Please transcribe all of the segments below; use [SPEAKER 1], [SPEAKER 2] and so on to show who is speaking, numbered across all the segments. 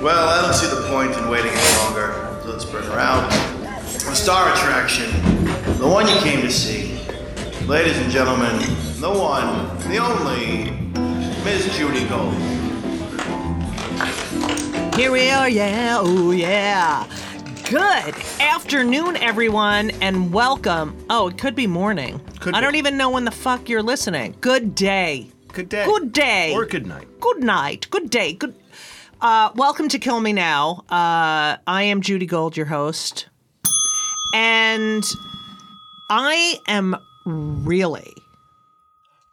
[SPEAKER 1] Well, I don't see the point in waiting any longer. So let's bring her out. The star attraction, the one you came to see. Ladies and gentlemen, the one, the only, Miss Judy Gold.
[SPEAKER 2] Here we are, yeah, oh yeah. Good afternoon, everyone, and welcome. Oh, it could be morning.
[SPEAKER 3] Could
[SPEAKER 2] I
[SPEAKER 3] be.
[SPEAKER 2] don't even know when the fuck you're listening. Good day.
[SPEAKER 3] Good day.
[SPEAKER 2] Good day.
[SPEAKER 3] Or good night.
[SPEAKER 2] Good night. Good day. Good. Uh, welcome to Kill Me Now. Uh, I am Judy Gold, your host, and I am really,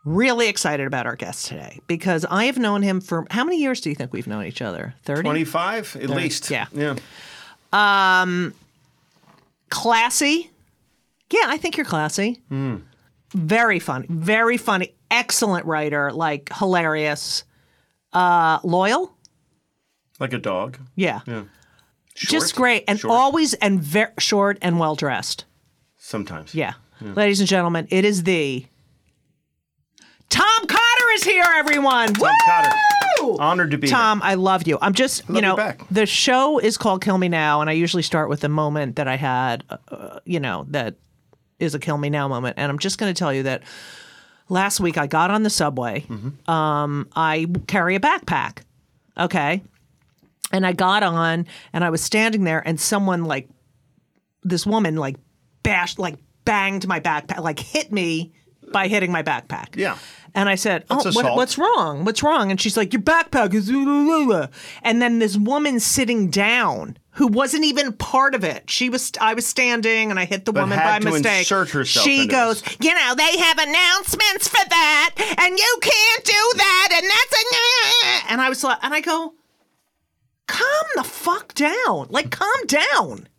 [SPEAKER 2] really excited about our guest today because I have known him for how many years do you think we've known each other? Thirty.
[SPEAKER 3] 25 at least.
[SPEAKER 2] yeah.
[SPEAKER 3] Yeah.
[SPEAKER 2] classy. Yeah, I think you're classy. Very funny. Very funny. Excellent writer. Like hilarious. Uh, loyal.
[SPEAKER 3] Like a dog.
[SPEAKER 2] Yeah. Just
[SPEAKER 3] Short,
[SPEAKER 2] great and
[SPEAKER 3] short.
[SPEAKER 2] always and very short and well dressed.
[SPEAKER 3] Sometimes.
[SPEAKER 2] Yeah. Ladies and gentlemen, it is the Tom Cotter is here, everyone. Tom
[SPEAKER 3] Cotter. Honored to be here.
[SPEAKER 2] Tom, I love you. I'm just, you
[SPEAKER 3] you
[SPEAKER 2] know,
[SPEAKER 3] back.
[SPEAKER 2] the show is called Kill Me Now, and I usually start with the moment that I had, uh, uh, you know, that is a Kill Me Now moment. And I'm just going to tell you that last week I got on the subway. Um, I carry a backpack. Okay. And I got on and I was standing there, and someone like, this woman like bashed, like banged my backpack, like hit me by hitting my backpack.
[SPEAKER 3] Yeah.
[SPEAKER 2] And I said, "Oh,
[SPEAKER 3] That's
[SPEAKER 2] what,
[SPEAKER 3] assault.
[SPEAKER 2] what's wrong? What's wrong?" And she's like, "Your backpack is." blah, blah, blah." And then this woman sitting down who wasn't even part of it. She was. I was standing, and I hit the woman by
[SPEAKER 3] had to
[SPEAKER 2] mistake.
[SPEAKER 3] insert herself
[SPEAKER 2] she
[SPEAKER 3] into
[SPEAKER 2] goes, "You know, they have announcements for that, and you can't do that, and that's a." And I was like, and I go, "Calm the fuck down! Like, calm down."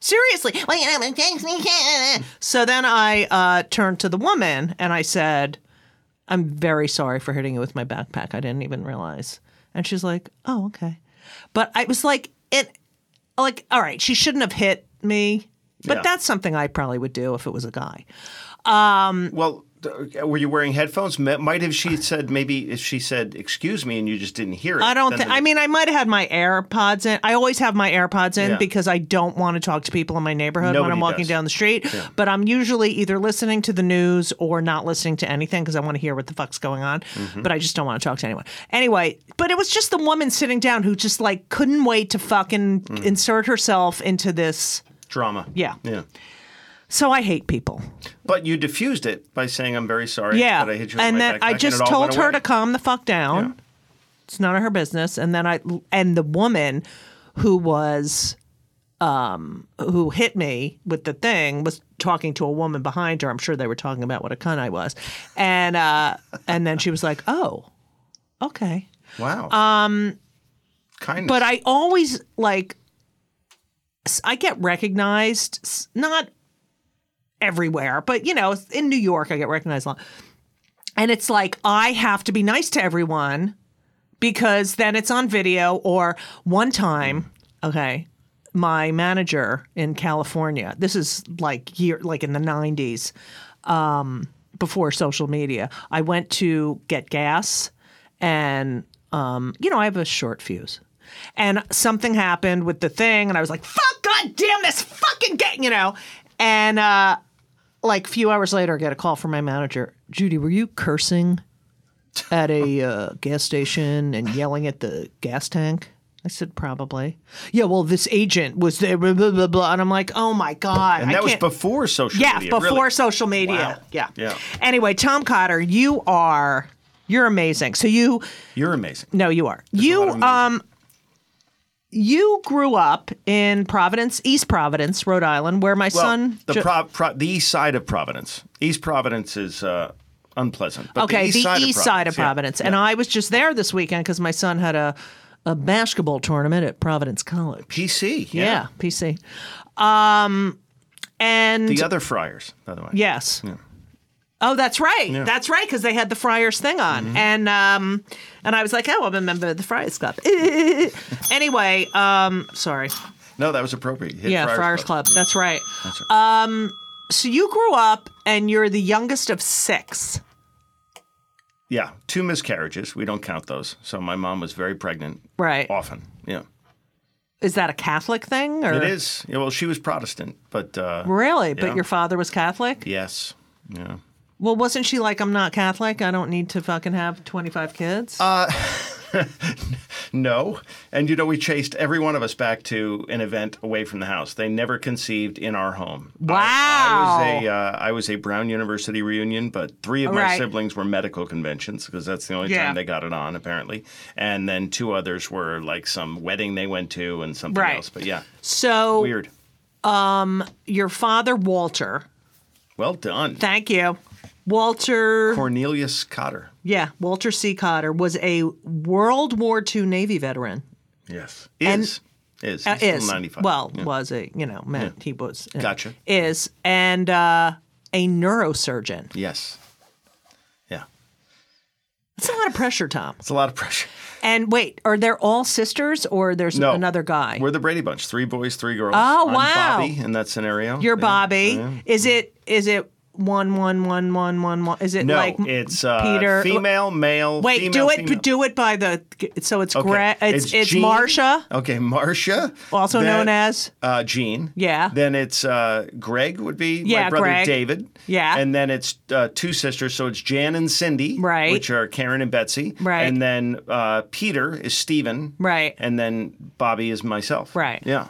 [SPEAKER 2] Seriously. Well, you know, it takes me- So then I uh, turned to the woman and I said, I'm very sorry for hitting you with my backpack. I didn't even realize. And she's like, Oh, okay. But I was like, it like, all right, she shouldn't have hit me. But
[SPEAKER 3] Yeah.
[SPEAKER 2] that's something I probably would do if it was a guy.
[SPEAKER 3] Well, th- were you wearing headphones? M- Might have she said maybe if she said excuse me and you just didn't hear it.
[SPEAKER 2] I don't
[SPEAKER 3] then
[SPEAKER 2] think.
[SPEAKER 3] the
[SPEAKER 2] I mean, I might have had my AirPods in. I always have my AirPods in
[SPEAKER 3] Yeah.
[SPEAKER 2] because I don't want to talk to people in my neighborhood when
[SPEAKER 3] Nobody
[SPEAKER 2] I'm walking
[SPEAKER 3] does.
[SPEAKER 2] down the street. But I'm usually either listening to the news or not listening to anything because I want to hear what the fuck's going on.
[SPEAKER 3] Mm-hmm.
[SPEAKER 2] But I just don't want to talk to anyone. Anyway, but it was just the woman sitting down who just like couldn't wait to fucking
[SPEAKER 3] Mm.
[SPEAKER 2] insert herself into this.
[SPEAKER 3] drama.
[SPEAKER 2] Yeah.
[SPEAKER 3] Yeah.
[SPEAKER 2] So I hate people.
[SPEAKER 3] But you diffused it by saying I'm very sorry
[SPEAKER 2] Yeah.
[SPEAKER 3] that I hit you with
[SPEAKER 2] and
[SPEAKER 3] my
[SPEAKER 2] then
[SPEAKER 3] backpack,"
[SPEAKER 2] I
[SPEAKER 3] and it
[SPEAKER 2] just
[SPEAKER 3] all
[SPEAKER 2] told
[SPEAKER 3] went
[SPEAKER 2] her
[SPEAKER 3] away.
[SPEAKER 2] to calm the fuck down.
[SPEAKER 3] Yeah.
[SPEAKER 2] It's none of her business. And then I and the woman who was um who hit me with the thing was talking to a woman behind her. I'm sure they were talking about what a cunt I was. And uh and then she was like, "Oh. Okay."
[SPEAKER 3] Wow. Um kindness.
[SPEAKER 2] But I always like s- I get recognized s- not everywhere, but you know, in New York I get recognized a lot. And it's like I have to be nice to everyone because then it's on video or one time, okay, my manager in California. This is like year like in the 90s before social media. I went to get gas, and um, you know I have a short fuse, and something happened with the thing, and I was like, "Fuck, goddamn this fucking get," you know, and uh, like a few hours later, I get a call from my manager, Judy, were you cursing at a uh, gas station and yelling at the gas tank? I said probably. Yeah, well, this agent was there, blah blah blah, blah. and I'm like, oh my god,
[SPEAKER 3] and
[SPEAKER 2] I
[SPEAKER 3] that was
[SPEAKER 2] can't-
[SPEAKER 3] before social
[SPEAKER 2] yeah,
[SPEAKER 3] media. really.
[SPEAKER 2] before social media.
[SPEAKER 3] Wow.
[SPEAKER 2] Yeah.
[SPEAKER 3] Yeah.
[SPEAKER 2] Anyway, Tom Cotter, you are you're amazing. So you
[SPEAKER 3] You're amazing.
[SPEAKER 2] no, you are. you
[SPEAKER 3] lot of amazing.
[SPEAKER 2] um you grew up in Providence, East Providence, Rhode Island, where my
[SPEAKER 3] Well,
[SPEAKER 2] son
[SPEAKER 3] the
[SPEAKER 2] ju-
[SPEAKER 3] prov pro- the east side of Providence. East Providence is uh, unpleasant. But
[SPEAKER 2] Okay,
[SPEAKER 3] the east side of
[SPEAKER 2] side of
[SPEAKER 3] Providence, yeah.
[SPEAKER 2] Providence. And I was just there this weekend cuz my son had a a basketball tournament at Providence College.
[SPEAKER 3] PC.
[SPEAKER 2] Yeah,
[SPEAKER 3] Yeah.
[SPEAKER 2] PC. Um and
[SPEAKER 3] The other friars, by the way.
[SPEAKER 2] Yes. Oh, that's right. That's right because they had the Friars thing on,
[SPEAKER 3] Mm-hmm.
[SPEAKER 2] and um, and I was like, oh, I'm a member of the Friars Club. anyway, um, sorry.
[SPEAKER 3] No, that was appropriate. You hit
[SPEAKER 2] Yeah, Friars, Club. That's right. Um, so you grew up, and you're the youngest of six.
[SPEAKER 3] yeah, two miscarriages. We don't count those. So my mom was very pregnant
[SPEAKER 2] Right.
[SPEAKER 3] often. Yeah,
[SPEAKER 2] Is that a Catholic thing? Or
[SPEAKER 3] it is. Yeah, well, she was Protestant, but uh,
[SPEAKER 2] Really?
[SPEAKER 3] Yeah.
[SPEAKER 2] But your father was Catholic?
[SPEAKER 3] yes, yeah.
[SPEAKER 2] Well, wasn't she like, I'm not Catholic. I don't need to fucking have 25 kids?
[SPEAKER 3] Uh, No. And you know, we chased every one of us back to an event away from the house. They never conceived in our home.
[SPEAKER 2] wow.
[SPEAKER 3] I was a, uh, I was a Brown University reunion, but three of my
[SPEAKER 2] Right.
[SPEAKER 3] siblings were medical conventions because that's the only
[SPEAKER 2] Yeah.
[SPEAKER 3] time they got it on, apparently. And then two others were like some wedding they went to and something
[SPEAKER 2] Right.
[SPEAKER 3] else. But yeah,
[SPEAKER 2] so
[SPEAKER 3] weird.
[SPEAKER 2] your father, Walter.
[SPEAKER 3] Well done,
[SPEAKER 2] Thank you. Walter.
[SPEAKER 3] Cornelius Cotter.
[SPEAKER 2] yeah, Walter C. Cotter was a World War II Navy veteran.
[SPEAKER 3] Yes,
[SPEAKER 2] And-
[SPEAKER 3] is is
[SPEAKER 2] Uh,
[SPEAKER 3] He's still
[SPEAKER 2] is
[SPEAKER 3] 95.
[SPEAKER 2] well
[SPEAKER 3] Yeah.
[SPEAKER 2] was a you know meant he was uh,
[SPEAKER 3] Gotcha.
[SPEAKER 2] is and uh, a neurosurgeon.
[SPEAKER 3] yes, yeah.
[SPEAKER 2] It's a lot of pressure, Tom.
[SPEAKER 3] It's a lot of pressure.
[SPEAKER 2] And wait, are they all sisters or there's
[SPEAKER 3] No.
[SPEAKER 2] another guy?
[SPEAKER 3] We're the Brady Bunch. Three boys, three girls.
[SPEAKER 2] Oh,
[SPEAKER 3] I'm
[SPEAKER 2] wow.
[SPEAKER 3] Bobby in that scenario.
[SPEAKER 2] You're
[SPEAKER 3] Yeah.
[SPEAKER 2] Bobby. Is it is it one one one one one one? Is it
[SPEAKER 3] No,
[SPEAKER 2] like
[SPEAKER 3] it's uh,
[SPEAKER 2] Peter-
[SPEAKER 3] female, male.
[SPEAKER 2] wait?
[SPEAKER 3] female,
[SPEAKER 2] do it
[SPEAKER 3] female.
[SPEAKER 2] do it by the so it's
[SPEAKER 3] Okay.
[SPEAKER 2] Gre- it's it's,
[SPEAKER 3] Jean.
[SPEAKER 2] Marsha,
[SPEAKER 3] Okay, Marsha.
[SPEAKER 2] also
[SPEAKER 3] Then,
[SPEAKER 2] known as
[SPEAKER 3] uh, Jean.
[SPEAKER 2] Yeah.
[SPEAKER 3] Then it's uh, Greg would be
[SPEAKER 2] Yeah,
[SPEAKER 3] my brother
[SPEAKER 2] Greg.
[SPEAKER 3] David.
[SPEAKER 2] Yeah.
[SPEAKER 3] And then it's uh, two sisters, so it's Jan and Cindy,
[SPEAKER 2] Right.
[SPEAKER 3] Which are Karen and Betsy,
[SPEAKER 2] Right.
[SPEAKER 3] And then uh, Peter is Stephen,
[SPEAKER 2] Right.
[SPEAKER 3] And then Bobby is myself,
[SPEAKER 2] Right.
[SPEAKER 3] Yeah,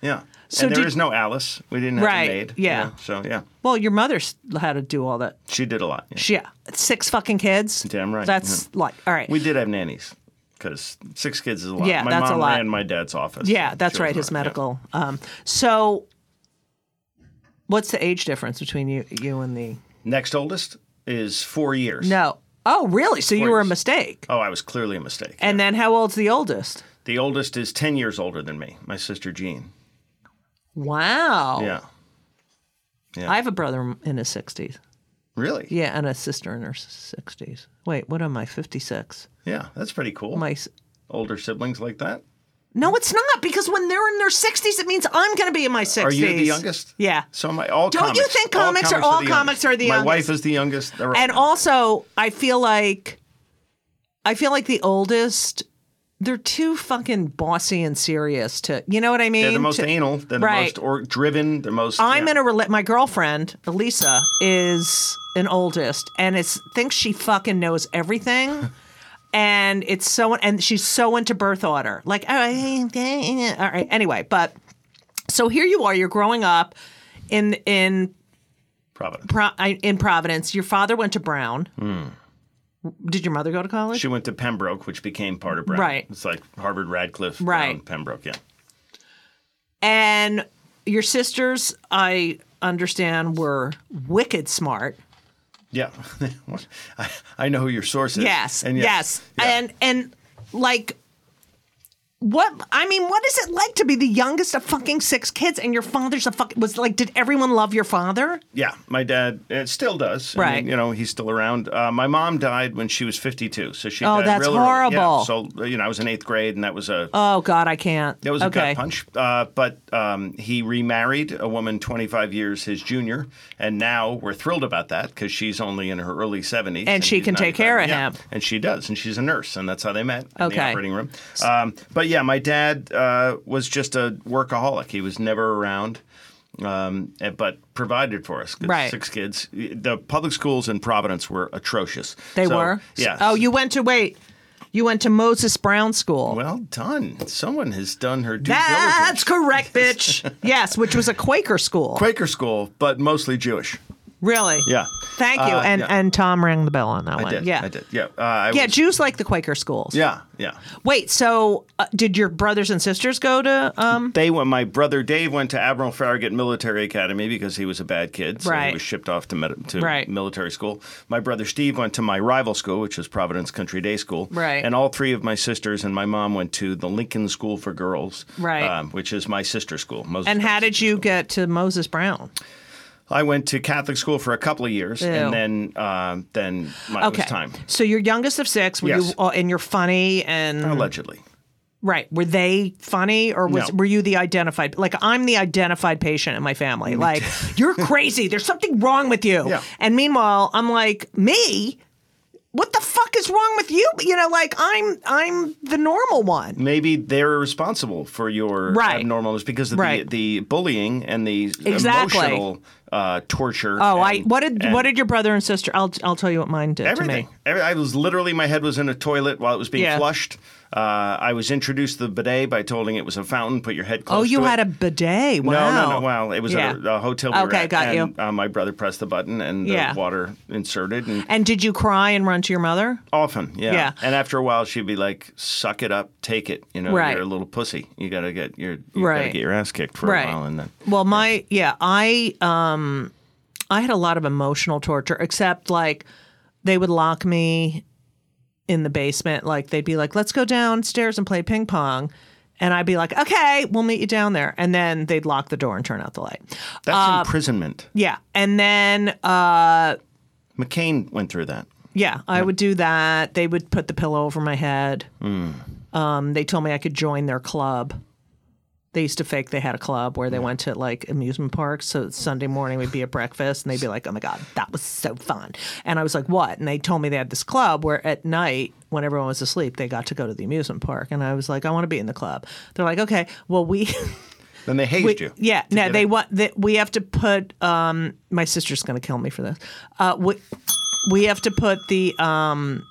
[SPEAKER 3] yeah.
[SPEAKER 2] So
[SPEAKER 3] and there
[SPEAKER 2] did-
[SPEAKER 3] is no Alice. We didn't have
[SPEAKER 2] Right,
[SPEAKER 3] a maid.
[SPEAKER 2] yeah.
[SPEAKER 3] So yeah,
[SPEAKER 2] well your mother's had to do all that.
[SPEAKER 3] she did a lot. yeah.
[SPEAKER 2] She- Yeah, six fucking kids.
[SPEAKER 3] Damn right,
[SPEAKER 2] That's like all right.
[SPEAKER 3] We did have nannies because six kids is a lot.
[SPEAKER 2] Yeah,
[SPEAKER 3] my
[SPEAKER 2] that's a
[SPEAKER 3] mom
[SPEAKER 2] lot.
[SPEAKER 3] ran my dad's office.
[SPEAKER 2] yeah, that's
[SPEAKER 3] She
[SPEAKER 2] right.
[SPEAKER 3] was
[SPEAKER 2] His
[SPEAKER 3] all yeah.
[SPEAKER 2] medical. Um, so what's the age difference between you you and the
[SPEAKER 3] Next oldest is four years.
[SPEAKER 2] no? Oh, really? So you were a
[SPEAKER 3] Please.
[SPEAKER 2] mistake.
[SPEAKER 3] Oh, I was clearly a mistake.
[SPEAKER 2] And then how old's the oldest?
[SPEAKER 3] the oldest is 10 years older than me, my sister Jean.
[SPEAKER 2] Wow.
[SPEAKER 3] Yeah.
[SPEAKER 2] I have a brother in his 60s.
[SPEAKER 3] Really?
[SPEAKER 2] Yeah, and a sister in her 60s. Wait, what am I? 56.
[SPEAKER 3] Yeah, that's pretty cool.
[SPEAKER 2] My s-
[SPEAKER 3] Older siblings like that.
[SPEAKER 2] No, it's not because when they're in their 60s it means I'm going to be in my 60s.
[SPEAKER 3] Are you the youngest?
[SPEAKER 2] Yeah.
[SPEAKER 3] So my all
[SPEAKER 2] Don't you
[SPEAKER 3] comics-
[SPEAKER 2] think comics are- all comics are the
[SPEAKER 3] My
[SPEAKER 2] youngest?
[SPEAKER 3] wife is the youngest. They're all-
[SPEAKER 2] And also, I feel like I feel like the oldest they're too fucking bossy and serious to. You know what I mean?
[SPEAKER 3] they're the most
[SPEAKER 2] To-
[SPEAKER 3] anal, they're the
[SPEAKER 2] Right.
[SPEAKER 3] most or driven, the most
[SPEAKER 2] I'm
[SPEAKER 3] yeah.
[SPEAKER 2] in a rela- my girlfriend Elisa is an oldest and it's thinks she fucking knows everything. And it's so, and she's so into birth order. Like, "Oh, all right, all right. Anyway, but so here you are. You're growing up in in
[SPEAKER 3] Providence.
[SPEAKER 2] Pro- I- in Providence. Your father went to Brown. Did your mother go to college?
[SPEAKER 3] She went to Pembroke, which became part of Brown.
[SPEAKER 2] Right.
[SPEAKER 3] It's like Harvard, Radcliffe,
[SPEAKER 2] Right.
[SPEAKER 3] Brown, Pembroke. Yeah.
[SPEAKER 2] and your sisters, I understand, were wicked smart.
[SPEAKER 3] Yeah. What? I, I know who your source is.
[SPEAKER 2] Yes.
[SPEAKER 3] And
[SPEAKER 2] yes.
[SPEAKER 3] Yeah.
[SPEAKER 2] And and like what I mean, what is it like to be the youngest of fucking six kids and your father's a fucking was like did everyone love your father?
[SPEAKER 3] Yeah, my dad it still does. I
[SPEAKER 2] Right.
[SPEAKER 3] mean, you know, he's still around. Uh, my mom died when she was 52, so she
[SPEAKER 2] Oh,
[SPEAKER 3] died
[SPEAKER 2] that's
[SPEAKER 3] real early.
[SPEAKER 2] horrible.
[SPEAKER 3] Yeah, so uh, you know, I was in eighth grade, and that was a
[SPEAKER 2] Oh god, I can't.
[SPEAKER 3] that was a
[SPEAKER 2] okay.
[SPEAKER 3] gut punch. Uh, but um, he remarried a woman 25 years his junior, and now we're thrilled about that because she's only in her early 70s, and,
[SPEAKER 2] she
[SPEAKER 3] he's
[SPEAKER 2] can take care of
[SPEAKER 3] 95. Yeah,
[SPEAKER 2] him.
[SPEAKER 3] and she does, and she's a nurse, and that's how they met in
[SPEAKER 2] Okay.
[SPEAKER 3] the operating room. Um, but yeah, my dad uh, was just a workaholic. He was never around, um, and- but provided for us. 'cause
[SPEAKER 2] Right.
[SPEAKER 3] six kids. The public schools in Providence were atrocious.
[SPEAKER 2] They
[SPEAKER 3] So,
[SPEAKER 2] were?
[SPEAKER 3] Yeah.
[SPEAKER 2] Oh, you went to wait. You went to Moses Brown School.
[SPEAKER 3] Well done. Someone has done her due diligence.
[SPEAKER 2] That's correct, bitch. yes, which was a Quaker school.
[SPEAKER 3] Quaker school, but mostly Jewish.
[SPEAKER 2] Really?
[SPEAKER 3] Yeah.
[SPEAKER 2] Thank you.
[SPEAKER 3] Uh,
[SPEAKER 2] and
[SPEAKER 3] yeah.
[SPEAKER 2] and Tom rang the bell on that
[SPEAKER 3] I
[SPEAKER 2] one.
[SPEAKER 3] did.
[SPEAKER 2] yeah.
[SPEAKER 3] I did. Yeah. Uh, I
[SPEAKER 2] Yeah,
[SPEAKER 3] was-
[SPEAKER 2] Jews like the Quaker schools.
[SPEAKER 3] yeah. Yeah.
[SPEAKER 2] Wait, so uh, did your brothers and sisters go to? Um,
[SPEAKER 3] They went. My brother Dave went to Admiral Farragut Military Academy because he was a bad kid, so
[SPEAKER 2] Right.
[SPEAKER 3] he was shipped off to, med- to
[SPEAKER 2] Right.
[SPEAKER 3] military school. My brother Steve went to my rival school, which was Providence Country Day School.
[SPEAKER 2] Right.
[SPEAKER 3] And all three of my sisters and my mom went to the Lincoln School for Girls,
[SPEAKER 2] Right.
[SPEAKER 3] um, which is my sister's school. Moses
[SPEAKER 2] and how
[SPEAKER 3] Brown's
[SPEAKER 2] did you get to Moses Brown?
[SPEAKER 3] I went to Catholic school for a couple of years,
[SPEAKER 2] Ew.
[SPEAKER 3] and then uh, then my, it
[SPEAKER 2] Okay,
[SPEAKER 3] was time
[SPEAKER 2] so you're youngest of six. Were you
[SPEAKER 3] Yes.
[SPEAKER 2] all, and you're funny and
[SPEAKER 3] allegedly.
[SPEAKER 2] right? Were they funny or was
[SPEAKER 3] No.
[SPEAKER 2] were you the identified? Like I'm the identified patient in my family. Like you're crazy. There's something wrong with you.
[SPEAKER 3] Yeah.
[SPEAKER 2] And meanwhile, I'm like me. What the fuck fuck is wrong with you? You know, like I'm I'm the normal one.
[SPEAKER 3] Maybe they're responsible for your
[SPEAKER 2] Right.
[SPEAKER 3] abnormalness because of
[SPEAKER 2] Right.
[SPEAKER 3] the, the bullying and the
[SPEAKER 2] Exactly.
[SPEAKER 3] emotional uh, torture.
[SPEAKER 2] Oh, I
[SPEAKER 3] and-
[SPEAKER 2] what did
[SPEAKER 3] and
[SPEAKER 2] what did your brother and sister? I'll I'll tell you what mine did
[SPEAKER 3] everything?
[SPEAKER 2] to me.
[SPEAKER 3] Every- I was literally my head was in a toilet while it was being
[SPEAKER 2] Yeah.
[SPEAKER 3] flushed. Uh, I was introduced to the bidet by told it was a fountain. Put your head close.
[SPEAKER 2] Oh, you
[SPEAKER 3] to it.
[SPEAKER 2] had a bidet. Wow.
[SPEAKER 3] No, no, no. Well, it was at
[SPEAKER 2] Yeah.
[SPEAKER 3] a, a hotel. We were
[SPEAKER 2] Okay,
[SPEAKER 3] at,
[SPEAKER 2] got you.
[SPEAKER 3] and, Uh, my brother pressed the button, and the
[SPEAKER 2] Yeah.
[SPEAKER 3] water inserted, and
[SPEAKER 2] And did you cry and run to your mother?
[SPEAKER 3] often, yeah.
[SPEAKER 2] Yeah.
[SPEAKER 3] And after a while, she'd be like, "Suck it up, take it. You know,
[SPEAKER 2] Right.
[SPEAKER 3] you're a little pussy. You gotta get your, you gotta
[SPEAKER 2] Right.
[SPEAKER 3] get your ass kicked for
[SPEAKER 2] Right.
[SPEAKER 3] a while, and then
[SPEAKER 2] Well, my yeah, I um I had a lot of emotional torture except like they would lock me in the basement like they'd be like, "Let's go downstairs and play ping pong." And I'd be like, "Okay, we'll meet you down there." And then they'd lock the door and turn out the light.
[SPEAKER 3] that's
[SPEAKER 2] Uh,
[SPEAKER 3] imprisonment.
[SPEAKER 2] Yeah. And then
[SPEAKER 3] McCain went through that.
[SPEAKER 2] Yeah, I would do that. They would put the pillow over my head. Um, they told me I could join their club. They used to fake they had a club where they went to like amusement parks. So Sunday morning we'd be at breakfast and they'd be like, "Oh my god, that was so fun!" And I was like, "What?" And they told me they had this club where at night, when everyone was asleep, they got to go to the amusement park. And I was like, "I want to be in the club." They're like, "Okay, well we."
[SPEAKER 3] Then they hazed
[SPEAKER 2] we-
[SPEAKER 3] you.
[SPEAKER 2] Yeah, no,
[SPEAKER 3] get
[SPEAKER 2] they
[SPEAKER 3] it.
[SPEAKER 2] want that. We have to put. Um, my sister's going to kill me for this. Uh, we, we have to put the. Um,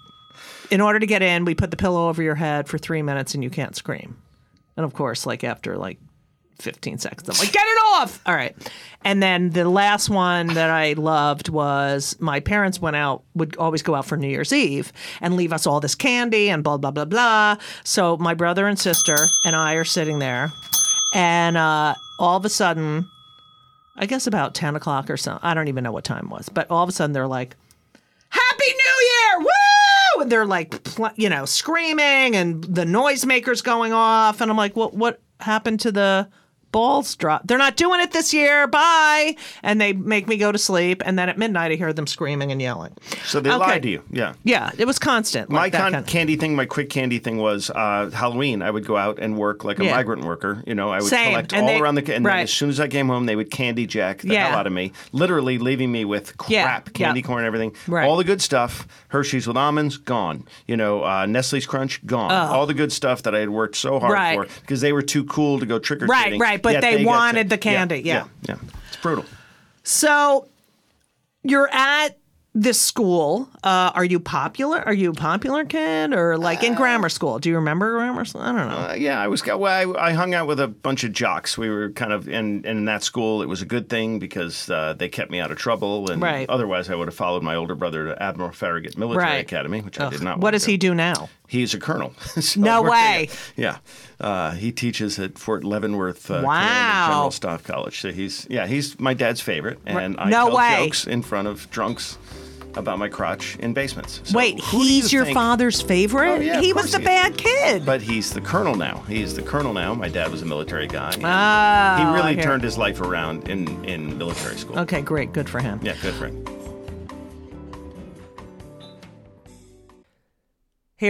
[SPEAKER 2] in order to get in, we put the pillow over your head for three minutes, and you can't scream. And of course, like after like. 15 seconds. I'm like, get it off. All right. And then the last one that I loved was my parents went out, would always go out for New Year's Eve and leave us all this candy and blah, blah, blah, blah. So my brother and sister and I are sitting there and uh, all of a sudden, I guess about 10 o'clock or so, I don't even know what time it was, but all of a sudden they're like, Happy New Year! Woo! And they're like, pl- you know, screaming and the noisemaker's going off. And I'm like, what, what happened to the balls drop? They're not doing it this year. Bye. And they make me go to sleep. And then at midnight, I hear them screaming and yelling.
[SPEAKER 3] So they
[SPEAKER 2] Okay.
[SPEAKER 3] lied to you. Yeah.
[SPEAKER 2] Yeah, it was constant.
[SPEAKER 3] My
[SPEAKER 2] like that
[SPEAKER 3] con-
[SPEAKER 2] kind of-
[SPEAKER 3] candy thing, my quick candy thing was uh, Halloween. I would go out and work like a
[SPEAKER 2] Yeah.
[SPEAKER 3] migrant worker. You know, I would
[SPEAKER 2] Same.
[SPEAKER 3] collect
[SPEAKER 2] And
[SPEAKER 3] all
[SPEAKER 2] they-
[SPEAKER 3] around the. ca- And then
[SPEAKER 2] right.
[SPEAKER 3] as soon as I came home, they would candy jack the
[SPEAKER 2] Yeah.
[SPEAKER 3] hell out of me, literally leaving me with crap,
[SPEAKER 2] Yeah.
[SPEAKER 3] candy
[SPEAKER 2] Yeah.
[SPEAKER 3] corn, everything.
[SPEAKER 2] Right.
[SPEAKER 3] All the good stuff, Hershey's with almonds, gone. You know, uh, Nestle's Crunch, gone. All the good stuff that I had worked so hard
[SPEAKER 2] Oh. Right.
[SPEAKER 3] for because they were too cool to go trick or treating.
[SPEAKER 2] Right, right, but they wanted the candy, yeah.
[SPEAKER 3] yeah, yeah. It's brutal.
[SPEAKER 2] So you're at this school. Uh, are you popular? Are you a popular kid or like in grammar school? Do you remember grammar school? I don't know.
[SPEAKER 3] Uh, yeah, I was. Well, I, I hung out with a bunch of jocks. We were kind of in in that school. It was a good thing because uh, they kept me out of trouble, and
[SPEAKER 2] Right.
[SPEAKER 3] otherwise I would have followed my older brother to Admiral Farragut Military
[SPEAKER 2] Right.
[SPEAKER 3] Academy, which I did
[SPEAKER 2] Ugh.
[SPEAKER 3] not.
[SPEAKER 2] what
[SPEAKER 3] want
[SPEAKER 2] does
[SPEAKER 3] to
[SPEAKER 2] he do now?
[SPEAKER 3] He's a colonel. So
[SPEAKER 2] No
[SPEAKER 3] we're
[SPEAKER 2] way.
[SPEAKER 3] gonna- Yeah, uh, he teaches at Fort Leavenworth. Uh, Command
[SPEAKER 2] Wow.
[SPEAKER 3] and General Staff College. So he's yeah he's my dad's favorite, and I
[SPEAKER 2] No
[SPEAKER 3] tell
[SPEAKER 2] way.
[SPEAKER 3] jokes in front of drunks about my crotch in basements. So
[SPEAKER 2] Wait,
[SPEAKER 3] who do
[SPEAKER 2] he's
[SPEAKER 3] you
[SPEAKER 2] your
[SPEAKER 3] think-
[SPEAKER 2] father's favorite?
[SPEAKER 3] Oh, yeah, of
[SPEAKER 2] he
[SPEAKER 3] course
[SPEAKER 2] was the
[SPEAKER 3] he is.
[SPEAKER 2] bad kid.
[SPEAKER 3] But he's the colonel now. He's the colonel now. My dad was a military guy. and
[SPEAKER 2] Oh,
[SPEAKER 3] he
[SPEAKER 2] I
[SPEAKER 3] really
[SPEAKER 2] hear.
[SPEAKER 3] turned his life around in, in military school.
[SPEAKER 2] Okay, great. Good for him.
[SPEAKER 3] Yeah, good friend.
[SPEAKER 2] Hey,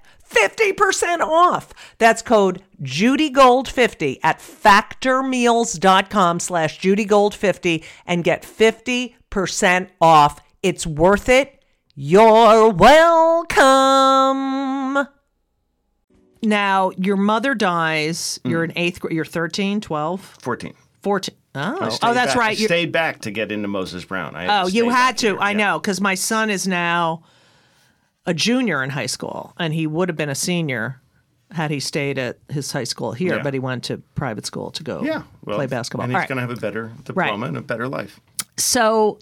[SPEAKER 2] 50% off. That's code JudyGold50 at factormeals.com slash JudyGold50 and get 50% off. It's worth it. You're welcome. Now, your mother dies. You're in eighth grade. You're 13, 12,
[SPEAKER 3] 14.
[SPEAKER 2] 14.
[SPEAKER 3] I
[SPEAKER 2] Oh,
[SPEAKER 3] stayed
[SPEAKER 2] oh that's
[SPEAKER 3] back. I
[SPEAKER 2] right. You're-
[SPEAKER 3] stayed back to get into Moses Brown. I
[SPEAKER 2] Oh, you
[SPEAKER 3] stay
[SPEAKER 2] had
[SPEAKER 3] back
[SPEAKER 2] to.
[SPEAKER 3] here.
[SPEAKER 2] I
[SPEAKER 3] Yeah.
[SPEAKER 2] know because my son is now a junior in high school, and he would have been a senior had he stayed at his high school here,
[SPEAKER 3] Yeah.
[SPEAKER 2] but he went to private school to go
[SPEAKER 3] Yeah. Well,
[SPEAKER 2] play basketball.
[SPEAKER 3] And
[SPEAKER 2] All
[SPEAKER 3] he's
[SPEAKER 2] right.
[SPEAKER 3] going to have a better diploma and a better life.
[SPEAKER 2] So,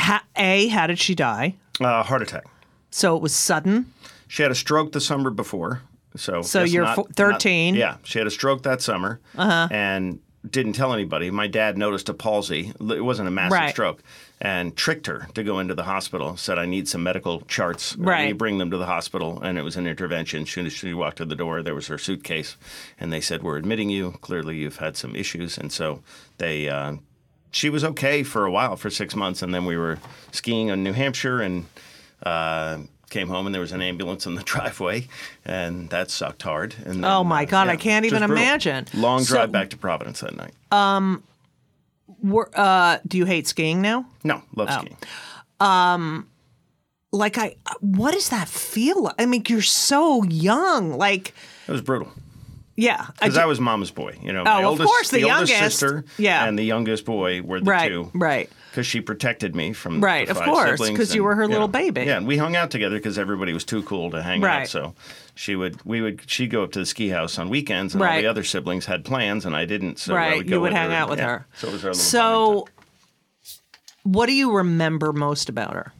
[SPEAKER 2] ha- a how did she die?
[SPEAKER 3] Uh, heart attack.
[SPEAKER 2] So it was sudden.
[SPEAKER 3] She had a stroke the summer before. So,
[SPEAKER 2] So
[SPEAKER 3] it's
[SPEAKER 2] you're Uh-huh.
[SPEAKER 3] not-
[SPEAKER 2] fo-
[SPEAKER 3] not-
[SPEAKER 2] 13.
[SPEAKER 3] yeah. She had a stroke that summer and didn't tell anybody. My dad noticed a palsy. L- It wasn't a massive
[SPEAKER 2] Right.
[SPEAKER 3] stroke and tricked her to go into the hospital. Said, I need some medical charts. And
[SPEAKER 2] Right.
[SPEAKER 3] You bring them to the hospital. And it was an intervention. Soon as she walked to the door, there was her suitcase. And they said, We're admitting you. Clearly, you've had some issues. And so they. Uh, she was okay for a while, for six months, and then we were skiing in New Hampshire and uh, came home and there was an ambulance in the driveway, and that sucked hard. And then,
[SPEAKER 2] Oh, my
[SPEAKER 3] uh,
[SPEAKER 2] God, I can't
[SPEAKER 3] just
[SPEAKER 2] even
[SPEAKER 3] brutal.
[SPEAKER 2] imagine.
[SPEAKER 3] Long
[SPEAKER 2] So-
[SPEAKER 3] drive back to Providence that night.
[SPEAKER 2] Were, uh, do you hate skiing now?
[SPEAKER 3] no, love
[SPEAKER 2] Oh.
[SPEAKER 3] skiing.
[SPEAKER 2] Like I, what does that feel? like? I mean, you're so young. Like,
[SPEAKER 3] It was brutal
[SPEAKER 2] yeah, I
[SPEAKER 3] because
[SPEAKER 2] ju-
[SPEAKER 3] I was mama's boy. You know, oh,
[SPEAKER 2] of course, the youngest.
[SPEAKER 3] sister,
[SPEAKER 2] Yeah.
[SPEAKER 3] and the youngest boy were the
[SPEAKER 2] right,
[SPEAKER 3] two,
[SPEAKER 2] right.
[SPEAKER 3] Because she protected me from
[SPEAKER 2] Right,
[SPEAKER 3] the
[SPEAKER 2] of
[SPEAKER 3] five
[SPEAKER 2] course,
[SPEAKER 3] siblings
[SPEAKER 2] 'cause you
[SPEAKER 3] and,
[SPEAKER 2] were her little
[SPEAKER 3] know,
[SPEAKER 2] baby.
[SPEAKER 3] Yeah, and we hung out together because everybody was too cool to hang
[SPEAKER 2] Right.
[SPEAKER 3] out. So she would, we would, she'd go up to the ski house on weekends, and all
[SPEAKER 2] Right.
[SPEAKER 3] the other siblings had plans, and I didn't. So I
[SPEAKER 2] right.
[SPEAKER 3] would go
[SPEAKER 2] you would
[SPEAKER 3] with
[SPEAKER 2] hang
[SPEAKER 3] her,
[SPEAKER 2] out with
[SPEAKER 3] yeah.
[SPEAKER 2] her.
[SPEAKER 3] So it was our little bonding time.
[SPEAKER 2] So, what do you remember most about her?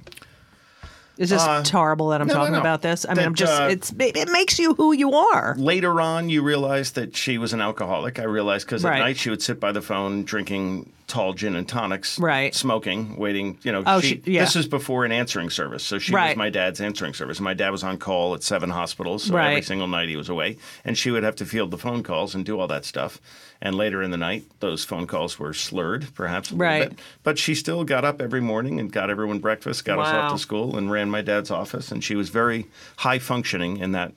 [SPEAKER 2] Is this horrible that I'm
[SPEAKER 3] Uh, no, no,
[SPEAKER 2] talking
[SPEAKER 3] no.
[SPEAKER 2] about this? I mean,
[SPEAKER 3] That,
[SPEAKER 2] I'm just,
[SPEAKER 3] uh,
[SPEAKER 2] it's, it, it makes you who you are.
[SPEAKER 3] later on you realized that she was an alcoholic i realized because
[SPEAKER 2] Right.
[SPEAKER 3] at night she would sit by the phone drinking tall gin and tonics
[SPEAKER 2] Right.
[SPEAKER 3] smoking waiting you know
[SPEAKER 2] Oh, she- yeah.
[SPEAKER 3] this is before an answering service so she
[SPEAKER 2] Right.
[SPEAKER 3] was my dad's answering service my dad was on call at seven hospitals so every
[SPEAKER 2] Right.
[SPEAKER 3] single night he was away and she would have to field the phone calls and do all that stuff and later in the night those phone calls were slurred perhaps a little
[SPEAKER 2] Right.
[SPEAKER 3] bit but she still got up every morning and got everyone breakfast got us off
[SPEAKER 2] Wow.
[SPEAKER 3] to school and ran my dad's office and she was very high functioning in that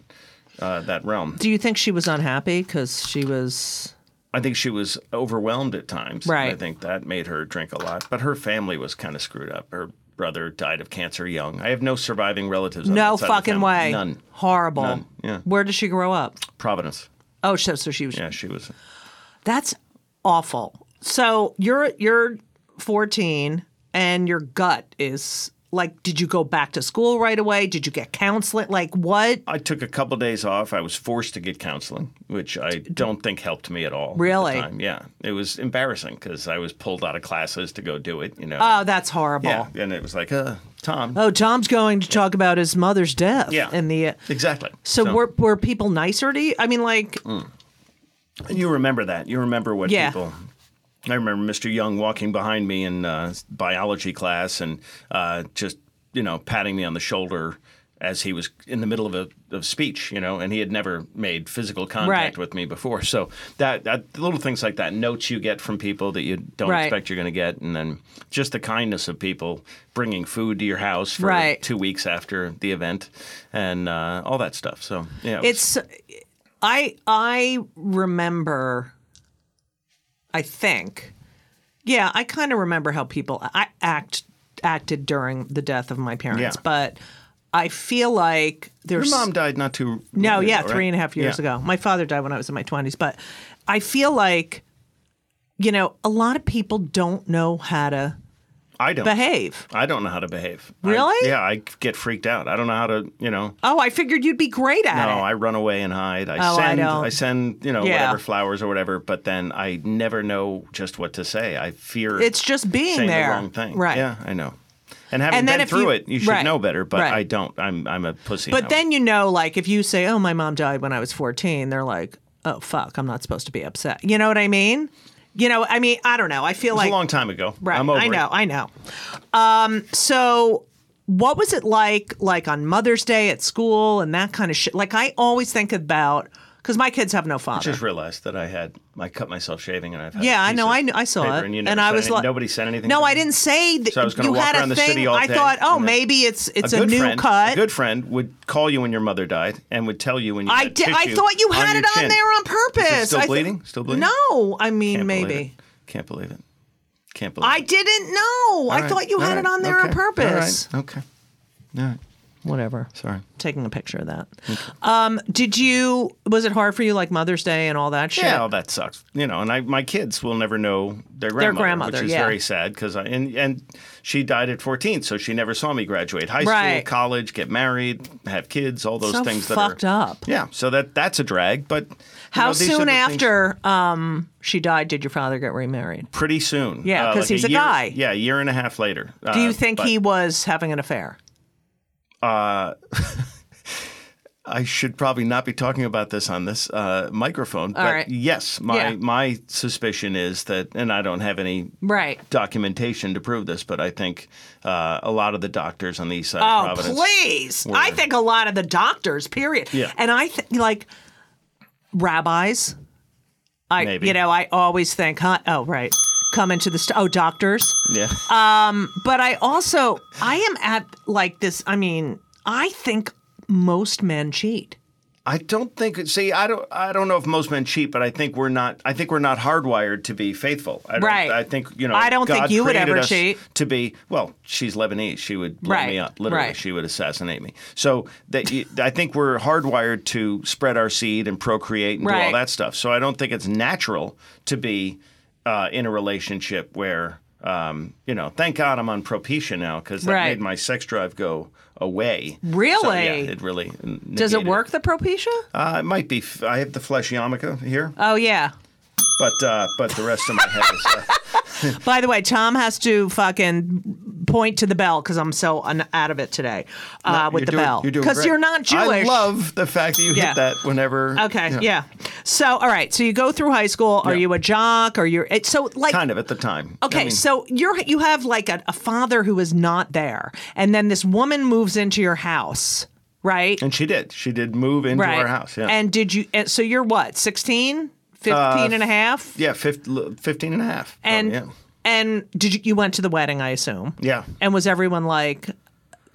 [SPEAKER 3] uh, that realm
[SPEAKER 2] Do you think she was unhappy because she was,
[SPEAKER 3] I think she was overwhelmed at times.
[SPEAKER 2] Right.
[SPEAKER 3] I think that made her drink a lot. But her family was kind of screwed up. Her brother died of cancer young. I have no surviving relatives. on
[SPEAKER 2] no
[SPEAKER 3] that side of the
[SPEAKER 2] fucking
[SPEAKER 3] family.
[SPEAKER 2] way.
[SPEAKER 3] None.
[SPEAKER 2] Horrible.
[SPEAKER 3] None, yeah.
[SPEAKER 2] Where did she grow up?
[SPEAKER 3] Providence.
[SPEAKER 2] Oh, so, so she was,
[SPEAKER 3] Yeah, she was.
[SPEAKER 2] that's awful. So you're, you're 14 and your gut is like, did you go back to school right away? Did you get counseling? Like what?
[SPEAKER 3] I took a couple days off. I was forced to get counseling, which I don't think helped me at all. at the
[SPEAKER 2] Really?
[SPEAKER 3] time. Yeah. It was embarrassing because I was pulled out of classes to go do it. You know.
[SPEAKER 2] Oh, that's horrible.
[SPEAKER 3] yeah. And it was like, uh, Tom.
[SPEAKER 2] Oh, Tom's going to talk about his mother's death.
[SPEAKER 3] Yeah.
[SPEAKER 2] And the uh,
[SPEAKER 3] Exactly.
[SPEAKER 2] so, were were people nicer to you? I mean, like
[SPEAKER 3] Mm. You remember that. You remember what
[SPEAKER 2] Yeah.
[SPEAKER 3] people. I remember Mr. Young walking behind me in uh, biology class and uh, just, you know, patting me on the shoulder as he was in the middle of a of speech, you know, and he had never made physical contact
[SPEAKER 2] Right.
[SPEAKER 3] with me before. So that, that little things like that, notes you get from people that you don't
[SPEAKER 2] Right.
[SPEAKER 3] expect you're going to get, and then just the kindness of people bringing food to your house for
[SPEAKER 2] Right.
[SPEAKER 3] two weeks after the event, and uh, all that stuff. So yeah, it was-
[SPEAKER 2] it's I I remember. I think, yeah, I kind of remember how people I act acted during the death of my parents,
[SPEAKER 3] Yeah.
[SPEAKER 2] but I feel like
[SPEAKER 3] Your
[SPEAKER 2] there's
[SPEAKER 3] mom died not too.
[SPEAKER 2] No,
[SPEAKER 3] long
[SPEAKER 2] yeah,
[SPEAKER 3] ago,
[SPEAKER 2] three
[SPEAKER 3] right?
[SPEAKER 2] and a half years
[SPEAKER 3] Yeah.
[SPEAKER 2] ago. My father died when I was in my 20s, but I feel like, you know, a lot of people don't know how to
[SPEAKER 3] I don't.
[SPEAKER 2] behave.
[SPEAKER 3] I don't know how to behave. I-
[SPEAKER 2] Really?
[SPEAKER 3] yeah, I get freaked out. I don't know how to, you know.
[SPEAKER 2] Oh, I figured you'd be great at
[SPEAKER 3] No,
[SPEAKER 2] it.
[SPEAKER 3] I run away and hide. I
[SPEAKER 2] Oh, I
[SPEAKER 3] send,
[SPEAKER 2] don't.
[SPEAKER 3] send, you know,
[SPEAKER 2] Yeah.
[SPEAKER 3] whatever flowers or whatever. But then I never know just what to say. I fear
[SPEAKER 2] it's just being
[SPEAKER 3] saying
[SPEAKER 2] there.
[SPEAKER 3] the wrong thing.
[SPEAKER 2] Right.
[SPEAKER 3] Yeah, I know. And having
[SPEAKER 2] And then
[SPEAKER 3] been
[SPEAKER 2] if
[SPEAKER 3] through
[SPEAKER 2] you-
[SPEAKER 3] it, you should
[SPEAKER 2] right.
[SPEAKER 3] know better. But
[SPEAKER 2] Right.
[SPEAKER 3] I don't. I'm I'm a pussy.
[SPEAKER 2] But
[SPEAKER 3] now.
[SPEAKER 2] then you know, like, if you say, oh, my mom died when I was 14, they're like, oh, fuck, I'm not supposed to be upset. You know what I mean? You know, I mean, I don't know. I feel
[SPEAKER 3] it was
[SPEAKER 2] like.
[SPEAKER 3] a long time ago.
[SPEAKER 2] Right.
[SPEAKER 3] I'm over
[SPEAKER 2] I
[SPEAKER 3] it.
[SPEAKER 2] know. I know. Um, so what was it like, like on Mother's Day at school and that kind of shit? Like I always think about because my kids have no father.
[SPEAKER 3] Just realized that I had I cut myself shaving and I've had a
[SPEAKER 2] yeah, I
[SPEAKER 3] piece
[SPEAKER 2] know.
[SPEAKER 3] of
[SPEAKER 2] I kn- I saw
[SPEAKER 3] paper
[SPEAKER 2] it,
[SPEAKER 3] and, you
[SPEAKER 2] and,
[SPEAKER 3] never
[SPEAKER 2] I
[SPEAKER 3] said
[SPEAKER 2] was
[SPEAKER 3] anything-
[SPEAKER 2] like,
[SPEAKER 3] nobody said anything.
[SPEAKER 2] No,
[SPEAKER 3] to
[SPEAKER 2] I
[SPEAKER 3] me?
[SPEAKER 2] didn't say that.
[SPEAKER 3] So I was gonna
[SPEAKER 2] you
[SPEAKER 3] walk
[SPEAKER 2] had
[SPEAKER 3] around
[SPEAKER 2] a
[SPEAKER 3] the
[SPEAKER 2] thing.
[SPEAKER 3] city all
[SPEAKER 2] I
[SPEAKER 3] day,
[SPEAKER 2] thought, oh,
[SPEAKER 3] and then-
[SPEAKER 2] maybe it's it's
[SPEAKER 3] a
[SPEAKER 2] a,
[SPEAKER 3] good
[SPEAKER 2] new
[SPEAKER 3] friend,
[SPEAKER 2] cut.
[SPEAKER 3] A good friend would call you when your mother died and would tell you when you
[SPEAKER 2] I
[SPEAKER 3] had
[SPEAKER 2] did. I
[SPEAKER 3] tissue
[SPEAKER 2] thought you had
[SPEAKER 3] on
[SPEAKER 2] it
[SPEAKER 3] your
[SPEAKER 2] on
[SPEAKER 3] chin.
[SPEAKER 2] there on
[SPEAKER 3] Is
[SPEAKER 2] purpose.
[SPEAKER 3] it still
[SPEAKER 2] I thi-
[SPEAKER 3] bleeding? Still bleeding?
[SPEAKER 2] No, I mean
[SPEAKER 3] Can't believe
[SPEAKER 2] maybe.
[SPEAKER 3] it. Can't believe it. Can't believe
[SPEAKER 2] I
[SPEAKER 3] it.
[SPEAKER 2] didn't know. I
[SPEAKER 3] All right,
[SPEAKER 2] thought you
[SPEAKER 3] all
[SPEAKER 2] had
[SPEAKER 3] right,
[SPEAKER 2] it on there
[SPEAKER 3] okay,
[SPEAKER 2] on purpose.
[SPEAKER 3] All right. Okay. All right.
[SPEAKER 2] Whatever.
[SPEAKER 3] Sorry.
[SPEAKER 2] taking a picture of that. Um, did you? Was it hard for you, like Mother's Day and all that shit?
[SPEAKER 3] Yeah, well, that sucks. You know, and I, my kids will never know their grandmother,
[SPEAKER 2] grandmother,
[SPEAKER 3] which is
[SPEAKER 2] yeah.
[SPEAKER 3] very sad because I and and she died at 14, so she never saw me graduate high school,
[SPEAKER 2] Right.
[SPEAKER 3] college, get married, have kids, all those
[SPEAKER 2] so
[SPEAKER 3] things that
[SPEAKER 2] fucked
[SPEAKER 3] are
[SPEAKER 2] up.
[SPEAKER 3] Yeah, so that that's a drag. But you
[SPEAKER 2] How
[SPEAKER 3] know, these are
[SPEAKER 2] soon
[SPEAKER 3] the things-
[SPEAKER 2] after um, she died did your father get remarried?
[SPEAKER 3] Pretty soon.
[SPEAKER 2] Yeah, 'cause he's a
[SPEAKER 3] year-
[SPEAKER 2] guy.
[SPEAKER 3] Yeah, a year and a half later. Uh,
[SPEAKER 2] Do you think he was having an affair?
[SPEAKER 3] uh, I should probably not be talking about this on this uh, microphone. but
[SPEAKER 2] right.
[SPEAKER 3] Yes, my
[SPEAKER 2] Yeah.
[SPEAKER 3] my suspicion is that, and I don't have any
[SPEAKER 2] Right.
[SPEAKER 3] documentation to prove this, but I think uh, a lot of the doctors on the east side of
[SPEAKER 2] Oh,
[SPEAKER 3] Providence.
[SPEAKER 2] please! I think a lot of the doctors, period.
[SPEAKER 3] Yeah.
[SPEAKER 2] And I think like rabbis. I
[SPEAKER 3] Maybe.
[SPEAKER 2] you know I always think, huh? Oh, right. Come into the st- oh doctors.
[SPEAKER 3] Yeah.
[SPEAKER 2] But I also, I am at like this. I mean, I think most men cheat.
[SPEAKER 3] I don't think. See, I don't. I don't know if most men cheat, but I think we're not. I think we're not hardwired to be faithful. I don't,
[SPEAKER 2] Right.
[SPEAKER 3] I think you know.
[SPEAKER 2] I don't think
[SPEAKER 3] God
[SPEAKER 2] you would
[SPEAKER 3] created
[SPEAKER 2] ever
[SPEAKER 3] us
[SPEAKER 2] cheat.
[SPEAKER 3] To be well, she's Lebanese. She would blow
[SPEAKER 2] Right.
[SPEAKER 3] me up. Literally,
[SPEAKER 2] Right.
[SPEAKER 3] she would assassinate me. So that you- I think we're hardwired to spread our seed and procreate and do all
[SPEAKER 2] Right.
[SPEAKER 3] that stuff. So I don't think it's natural to be uh, in a relationship where. Um, you know, thank God I'm on Propecia now because that
[SPEAKER 2] Right.
[SPEAKER 3] made my sex drive go away. So,
[SPEAKER 2] Really?
[SPEAKER 3] yeah, it really.
[SPEAKER 2] Does it
[SPEAKER 3] negated
[SPEAKER 2] work, the Propecia?
[SPEAKER 3] uh, it might be. F- I have the flesh yarmulke here,
[SPEAKER 2] Oh, yeah.
[SPEAKER 3] but uh, but the rest of my head is. Uh,
[SPEAKER 2] By the way, Tom has to fucking point to the bell because I'm so un- out of it today uh, with
[SPEAKER 3] you're
[SPEAKER 2] the
[SPEAKER 3] doing-
[SPEAKER 2] bell.
[SPEAKER 3] you're doing
[SPEAKER 2] Because
[SPEAKER 3] great.
[SPEAKER 2] you're not Jewish.
[SPEAKER 3] I love the fact that you
[SPEAKER 2] Yeah.
[SPEAKER 3] hit that whenever.
[SPEAKER 2] Okay,
[SPEAKER 3] you
[SPEAKER 2] yeah.
[SPEAKER 3] know,
[SPEAKER 2] So, all right. So you go through high school. Are
[SPEAKER 3] Yeah.
[SPEAKER 2] you a jock? Are you it- so like?
[SPEAKER 3] Kind of at the time. I
[SPEAKER 2] Okay,
[SPEAKER 3] mean,
[SPEAKER 2] so you're you have like a, a father who is not there, and then this woman moves into your house, right?
[SPEAKER 3] and she did. She did move into
[SPEAKER 2] right.
[SPEAKER 3] our house. Yeah. Uh,
[SPEAKER 2] And did you, and so you're what, 16, 15 and a half?
[SPEAKER 3] yeah, 15, 15 and a half. probably,
[SPEAKER 2] And,
[SPEAKER 3] yeah.
[SPEAKER 2] and did you, you went to the wedding, I assume?
[SPEAKER 3] Yeah.
[SPEAKER 2] And was everyone like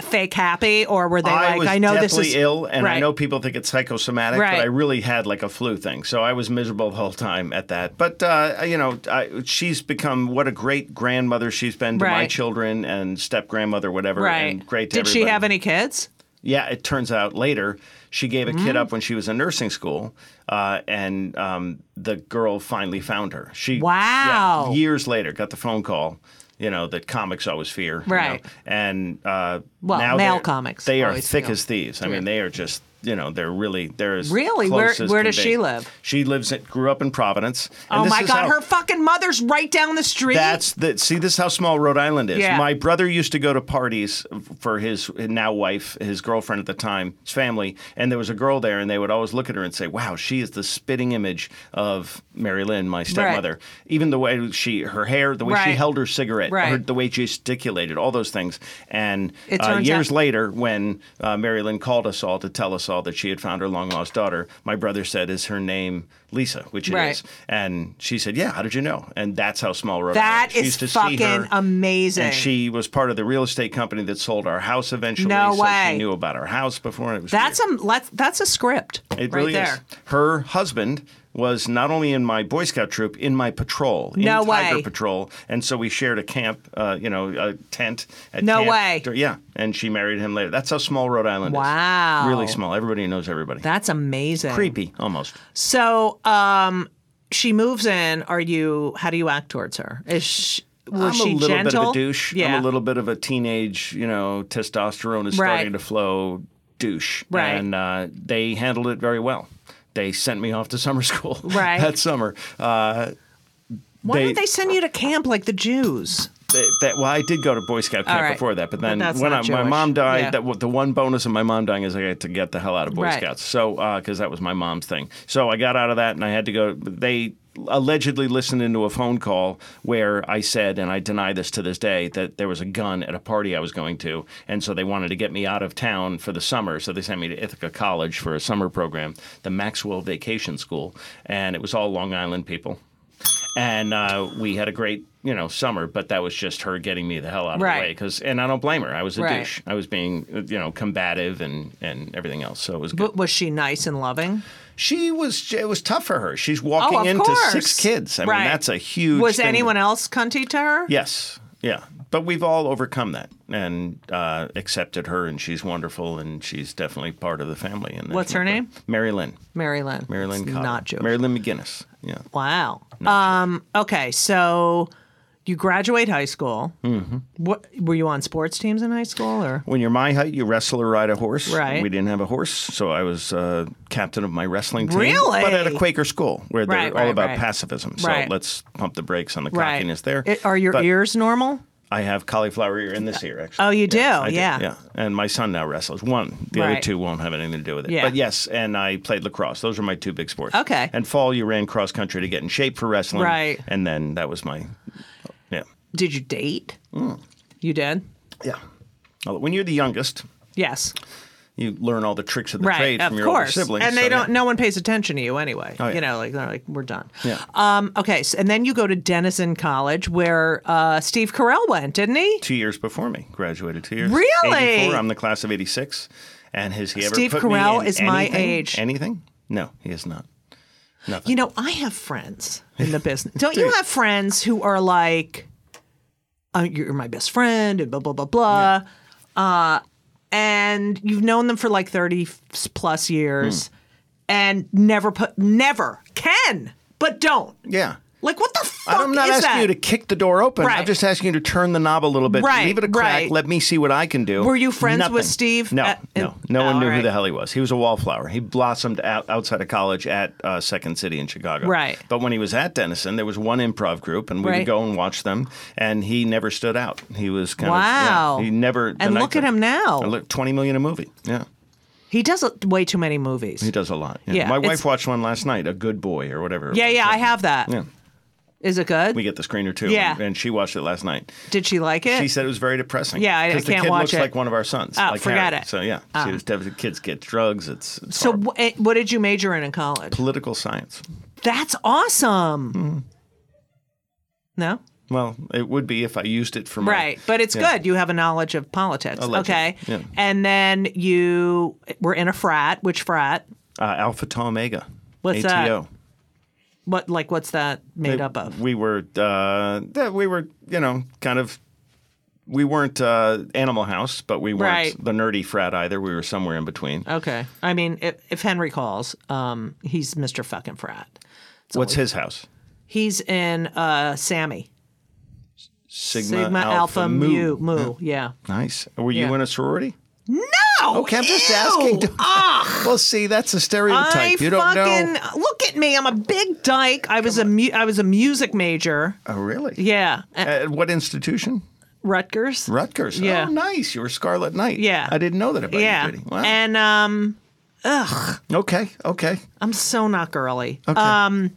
[SPEAKER 2] fake happy or were they
[SPEAKER 3] I
[SPEAKER 2] like,
[SPEAKER 3] was
[SPEAKER 2] I know this
[SPEAKER 3] deathly
[SPEAKER 2] is
[SPEAKER 3] ill, and I
[SPEAKER 2] Right.
[SPEAKER 3] know people think it's psychosomatic,
[SPEAKER 2] Right.
[SPEAKER 3] but I really had like a flu thing, so I was miserable the whole time at that. But uh, you know, I, she's become what a great grandmother she's been to my
[SPEAKER 2] Right.
[SPEAKER 3] children and step grandmother, whatever.
[SPEAKER 2] Right.
[SPEAKER 3] And great. To
[SPEAKER 2] did she
[SPEAKER 3] everybody.
[SPEAKER 2] have any kids?
[SPEAKER 3] Yeah, it turns out later she gave a
[SPEAKER 2] Mm.
[SPEAKER 3] kid up when she was in nursing school, uh, and um, the girl finally found her. She
[SPEAKER 2] Wow.
[SPEAKER 3] yeah, years later got the phone call. You know that comics always fear, you know,
[SPEAKER 2] Right.
[SPEAKER 3] and uh,
[SPEAKER 2] Well,
[SPEAKER 3] now
[SPEAKER 2] male
[SPEAKER 3] they're-
[SPEAKER 2] comics
[SPEAKER 3] they are
[SPEAKER 2] always
[SPEAKER 3] thick
[SPEAKER 2] feel.
[SPEAKER 3] as thieves. I mean, they are just you know they're really they're as
[SPEAKER 2] Really?
[SPEAKER 3] close
[SPEAKER 2] Where-
[SPEAKER 3] as
[SPEAKER 2] where
[SPEAKER 3] can
[SPEAKER 2] does she
[SPEAKER 3] be.
[SPEAKER 2] live?
[SPEAKER 3] She lives at grew up in Providence. and
[SPEAKER 2] oh
[SPEAKER 3] this
[SPEAKER 2] my
[SPEAKER 3] is
[SPEAKER 2] God,
[SPEAKER 3] how-
[SPEAKER 2] her fucking mother's right down the street.
[SPEAKER 3] that's the see. This is how small Rhode Island is.
[SPEAKER 2] Yeah.
[SPEAKER 3] My brother used to go to parties for his now wife, his girlfriend at the time, his family, and there was a girl there, and they would always look at her and say, "Wow, she is the spitting image of Mary Lynn, my stepmother." Even the way she, her hair, the way she
[SPEAKER 2] Right.
[SPEAKER 3] held her cigarette,
[SPEAKER 2] Right.
[SPEAKER 3] her- the way she gesticulated, all those things. And
[SPEAKER 2] It
[SPEAKER 3] uh,
[SPEAKER 2] turns
[SPEAKER 3] years
[SPEAKER 2] out-
[SPEAKER 3] later, when uh, Mary Lynn called us all to tell us all that she had found her long lost daughter, my brother said, "Is her name Lisa?" Which it is.
[SPEAKER 2] Right.
[SPEAKER 3] And she said, "Yeah, how did you know?" And that's how small Rhode
[SPEAKER 2] That
[SPEAKER 3] Island is. She
[SPEAKER 2] is
[SPEAKER 3] used to see her,
[SPEAKER 2] fucking amazing.
[SPEAKER 3] And she was part of the real estate company that sold our house eventually.
[SPEAKER 2] No
[SPEAKER 3] so
[SPEAKER 2] way.
[SPEAKER 3] She knew about our house before. and It was
[SPEAKER 2] that's a, that's, that's a script
[SPEAKER 3] weird. it
[SPEAKER 2] right
[SPEAKER 3] really
[SPEAKER 2] there.
[SPEAKER 3] is. Her husband was not only in my Boy Scout troop, in my patrol,
[SPEAKER 2] No
[SPEAKER 3] in Tiger
[SPEAKER 2] way.
[SPEAKER 3] Patrol, and so we shared a camp, uh, you know, a tent. At
[SPEAKER 2] No
[SPEAKER 3] camp.
[SPEAKER 2] way.
[SPEAKER 3] Yeah, and she married him later. That's how small Rhode Island is.
[SPEAKER 2] Wow.
[SPEAKER 3] Really small. Everybody knows everybody.
[SPEAKER 2] That's amazing.
[SPEAKER 3] Creepy, almost.
[SPEAKER 2] So, um, she moves in. Are you? How do you act towards her? Is she, was
[SPEAKER 3] I'm
[SPEAKER 2] she
[SPEAKER 3] a little
[SPEAKER 2] gentle?
[SPEAKER 3] bit of a douche.
[SPEAKER 2] Yeah.
[SPEAKER 3] I'm a little bit of a teenage, you know, testosterone is
[SPEAKER 2] Right.
[SPEAKER 3] starting to flow douche.
[SPEAKER 2] Right.
[SPEAKER 3] And uh, they handled it very well. They sent me off to summer school
[SPEAKER 2] Right.
[SPEAKER 3] that summer. Uh,
[SPEAKER 2] Why
[SPEAKER 3] they-
[SPEAKER 2] don't they send you to camp like the Jews?
[SPEAKER 3] that, that- well, I did go to Boy Scout camp
[SPEAKER 2] All right.
[SPEAKER 3] before that, but
[SPEAKER 2] But
[SPEAKER 3] then
[SPEAKER 2] that's
[SPEAKER 3] when I,
[SPEAKER 2] not
[SPEAKER 3] my mom
[SPEAKER 2] Jewish.
[SPEAKER 3] died,
[SPEAKER 2] Yeah.
[SPEAKER 3] that wa- the one bonus of my mom dying is I had to get the hell out of Boy
[SPEAKER 2] Right.
[SPEAKER 3] Scouts. So because that was my mom's thing, so I got out of that and I had to go. They allegedly listened into a phone call where I said, and I deny this to this day, that there was a gun at a party I was going to, and so they wanted to get me out of town for the summer. So they sent me to Ithaca College for a summer program, the Maxwell Vacation School, and it was all Long Island people and uh, we had a great you know summer but that was just her getting me the hell out of
[SPEAKER 2] Right.
[SPEAKER 3] the way because and i don't blame her i was a
[SPEAKER 2] Right.
[SPEAKER 3] douche i was being uh, you know combative and and everything else so it was good
[SPEAKER 2] But was she nice and loving?
[SPEAKER 3] she was it was tough for her she's
[SPEAKER 2] Oh,
[SPEAKER 3] walking
[SPEAKER 2] of
[SPEAKER 3] into
[SPEAKER 2] course.
[SPEAKER 3] six kids i
[SPEAKER 2] Right.
[SPEAKER 3] mean that's a huge
[SPEAKER 2] Was
[SPEAKER 3] thing to-
[SPEAKER 2] anyone else cunty to her?
[SPEAKER 3] yes yeah but we've all overcome that and uh, accepted her and she's wonderful and she's definitely part of the family and
[SPEAKER 2] What's her name?
[SPEAKER 3] mary lynn
[SPEAKER 2] Mary Lynn.
[SPEAKER 3] mary lynn
[SPEAKER 2] It's
[SPEAKER 3] Cobb.
[SPEAKER 2] Not Jewish.
[SPEAKER 3] mary lynn mcginnis yeah
[SPEAKER 2] Wow. Um, okay, so you graduate high school. Mm-hmm. What were you on sports teams in high school or?
[SPEAKER 3] When you're my height, you wrestle or ride a horse.
[SPEAKER 2] Right.
[SPEAKER 3] We didn't have a horse, so I was uh, captain of my wrestling team.
[SPEAKER 2] Really?
[SPEAKER 3] But at a Quaker school where they're
[SPEAKER 2] Right,
[SPEAKER 3] all
[SPEAKER 2] right,
[SPEAKER 3] about
[SPEAKER 2] right.
[SPEAKER 3] pacifism. So
[SPEAKER 2] Right.
[SPEAKER 3] let's pump the brakes on the
[SPEAKER 2] Right.
[SPEAKER 3] cockiness there.
[SPEAKER 2] It- are your
[SPEAKER 3] But
[SPEAKER 2] ears normal?
[SPEAKER 3] I have cauliflower ear in this ear, actually.
[SPEAKER 2] Oh, you do.
[SPEAKER 3] I do,
[SPEAKER 2] yeah.
[SPEAKER 3] yeah. And my son now wrestles. One. The other
[SPEAKER 2] Right.
[SPEAKER 3] two won't have anything to do with it.
[SPEAKER 2] Yeah.
[SPEAKER 3] But yes, and I played lacrosse. Those are my two big sports.
[SPEAKER 2] Okay.
[SPEAKER 3] And fall, you ran cross country to get in shape for wrestling.
[SPEAKER 2] Right.
[SPEAKER 3] And then that was my, yeah.
[SPEAKER 2] Did you date?
[SPEAKER 3] Mm.
[SPEAKER 2] You did?
[SPEAKER 3] Yeah. When you're the youngest,
[SPEAKER 2] Yes.
[SPEAKER 3] you learn all the tricks of the
[SPEAKER 2] Right.
[SPEAKER 3] trade
[SPEAKER 2] of
[SPEAKER 3] from your older
[SPEAKER 2] course.
[SPEAKER 3] siblings.
[SPEAKER 2] and they
[SPEAKER 3] so, yeah. Oh,
[SPEAKER 2] don't no one pays attention to you anyway.
[SPEAKER 3] yeah.
[SPEAKER 2] You know, like they're like we're done.
[SPEAKER 3] Yeah.
[SPEAKER 2] Um okay, so, and then you go to Denison College where uh, Steve Carell went, didn't he?
[SPEAKER 3] two years before me. Graduated two years.
[SPEAKER 2] Really?
[SPEAKER 3] 84, I'm the class of '86. And has he ever
[SPEAKER 2] Steve
[SPEAKER 3] put
[SPEAKER 2] Carell
[SPEAKER 3] me in
[SPEAKER 2] is my
[SPEAKER 3] anything?
[SPEAKER 2] age.
[SPEAKER 3] Anything? No, he is not. Nothing.
[SPEAKER 2] You know, I have friends in the business. Don't you
[SPEAKER 3] Dude.
[SPEAKER 2] have friends who are like, oh, you're my best friend and blah, blah, blah, blah. Uh, and you've known them for like 30 s- plus
[SPEAKER 3] Hmm.
[SPEAKER 2] years and never put, never can, but don't.
[SPEAKER 3] yeah.
[SPEAKER 2] Like, what the fuck
[SPEAKER 3] I'm not
[SPEAKER 2] is
[SPEAKER 3] asking
[SPEAKER 2] that?
[SPEAKER 3] you to kick the door open.
[SPEAKER 2] Right.
[SPEAKER 3] I'm just asking you to turn the knob a little bit,
[SPEAKER 2] Right,
[SPEAKER 3] leave it a crack,
[SPEAKER 2] right.
[SPEAKER 3] let me see what I can do.
[SPEAKER 2] Were you friends with
[SPEAKER 3] Nothing.
[SPEAKER 2] Steve
[SPEAKER 3] No,
[SPEAKER 2] at-
[SPEAKER 3] no,
[SPEAKER 2] in-
[SPEAKER 3] no
[SPEAKER 2] Oh,
[SPEAKER 3] one knew
[SPEAKER 2] all
[SPEAKER 3] who the
[SPEAKER 2] right.
[SPEAKER 3] hell he was. He was a wallflower. He blossomed out outside of college at uh, Second City in Chicago.
[SPEAKER 2] Right.
[SPEAKER 3] But when he was at Denison, there was one improv group, and we
[SPEAKER 2] Right.
[SPEAKER 3] would go and watch them, and he never stood out. He was kind
[SPEAKER 2] Wow.
[SPEAKER 3] of yeah, he never. the
[SPEAKER 2] And
[SPEAKER 3] night
[SPEAKER 2] look at
[SPEAKER 3] that-
[SPEAKER 2] him now.
[SPEAKER 3] And look, twenty million a movie. Yeah.
[SPEAKER 2] He does a- way too many movies.
[SPEAKER 3] He does a lot. Yeah.
[SPEAKER 2] Yeah,
[SPEAKER 3] My
[SPEAKER 2] it's-
[SPEAKER 3] wife watched one last night, A Good Boy or whatever. it
[SPEAKER 2] yeah,
[SPEAKER 3] was.
[SPEAKER 2] yeah, I have that. Is
[SPEAKER 3] Yeah.
[SPEAKER 2] it good?
[SPEAKER 3] We get the screener too.
[SPEAKER 2] Yeah.
[SPEAKER 3] And, and she watched it last night.
[SPEAKER 2] Did she like it?
[SPEAKER 3] She said it was very depressing.
[SPEAKER 2] Eh. Yeah, I- I
[SPEAKER 3] 'Cause the
[SPEAKER 2] can't
[SPEAKER 3] kid
[SPEAKER 2] watch
[SPEAKER 3] looks
[SPEAKER 2] it.
[SPEAKER 3] like one of our sons.
[SPEAKER 2] Oh,
[SPEAKER 3] like
[SPEAKER 2] forget
[SPEAKER 3] Harry.
[SPEAKER 2] it. Ah.
[SPEAKER 3] So yeah, she was devastated. Kids get drugs. It's, it's
[SPEAKER 2] so,
[SPEAKER 3] horrible.
[SPEAKER 2] wh- eh, what did you major in in college?
[SPEAKER 3] political science.
[SPEAKER 2] That's awesome.
[SPEAKER 3] Hmm.
[SPEAKER 2] No?
[SPEAKER 3] Well, it would be if I used it for my
[SPEAKER 2] Right, but it's
[SPEAKER 3] Yeah.
[SPEAKER 2] good. You have a knowledge of politics.
[SPEAKER 3] Allegedly,
[SPEAKER 2] Okay,
[SPEAKER 3] yeah.
[SPEAKER 2] and then you were in a frat. Which frat?
[SPEAKER 3] Uh, Alpha Tau Omega.
[SPEAKER 2] What's that?
[SPEAKER 3] ATO.
[SPEAKER 2] What like what's that made up of?
[SPEAKER 3] We were, uh, yeah, we were, you know, kind of. We weren't uh, Animal House, but we weren't
[SPEAKER 2] Right.
[SPEAKER 3] the nerdy frat either. We were somewhere in between.
[SPEAKER 2] Okay, I mean, if, if Henry calls, um, he's Mister Fucking Frat.
[SPEAKER 3] What's his house?
[SPEAKER 2] He's in uh, Sammy
[SPEAKER 3] Sigma,
[SPEAKER 2] Sigma, Alpha, Mu Mu. Yeah.
[SPEAKER 3] Nice. Were you
[SPEAKER 2] Yeah.
[SPEAKER 3] in a sorority?
[SPEAKER 2] No.
[SPEAKER 3] Okay, I'm just
[SPEAKER 2] ew,
[SPEAKER 3] asking.
[SPEAKER 2] ah.
[SPEAKER 3] Well, see, that's a stereotype.
[SPEAKER 2] I
[SPEAKER 3] you don't
[SPEAKER 2] fucking
[SPEAKER 3] know.
[SPEAKER 2] look at me. I'm a big dyke. I was a mu- I was a music major.
[SPEAKER 3] Oh, really?
[SPEAKER 2] Yeah. At
[SPEAKER 3] At what institution?
[SPEAKER 2] Rutgers.
[SPEAKER 3] Rutgers.
[SPEAKER 2] Yeah.
[SPEAKER 3] Oh, nice. You were Scarlet Knight.
[SPEAKER 2] Yeah.
[SPEAKER 3] I didn't know that about
[SPEAKER 2] Yeah.
[SPEAKER 3] you, Judy. Wow.
[SPEAKER 2] And um
[SPEAKER 3] okay. Okay.
[SPEAKER 2] I'm so not girly. Uh,
[SPEAKER 3] Okay.
[SPEAKER 2] Um,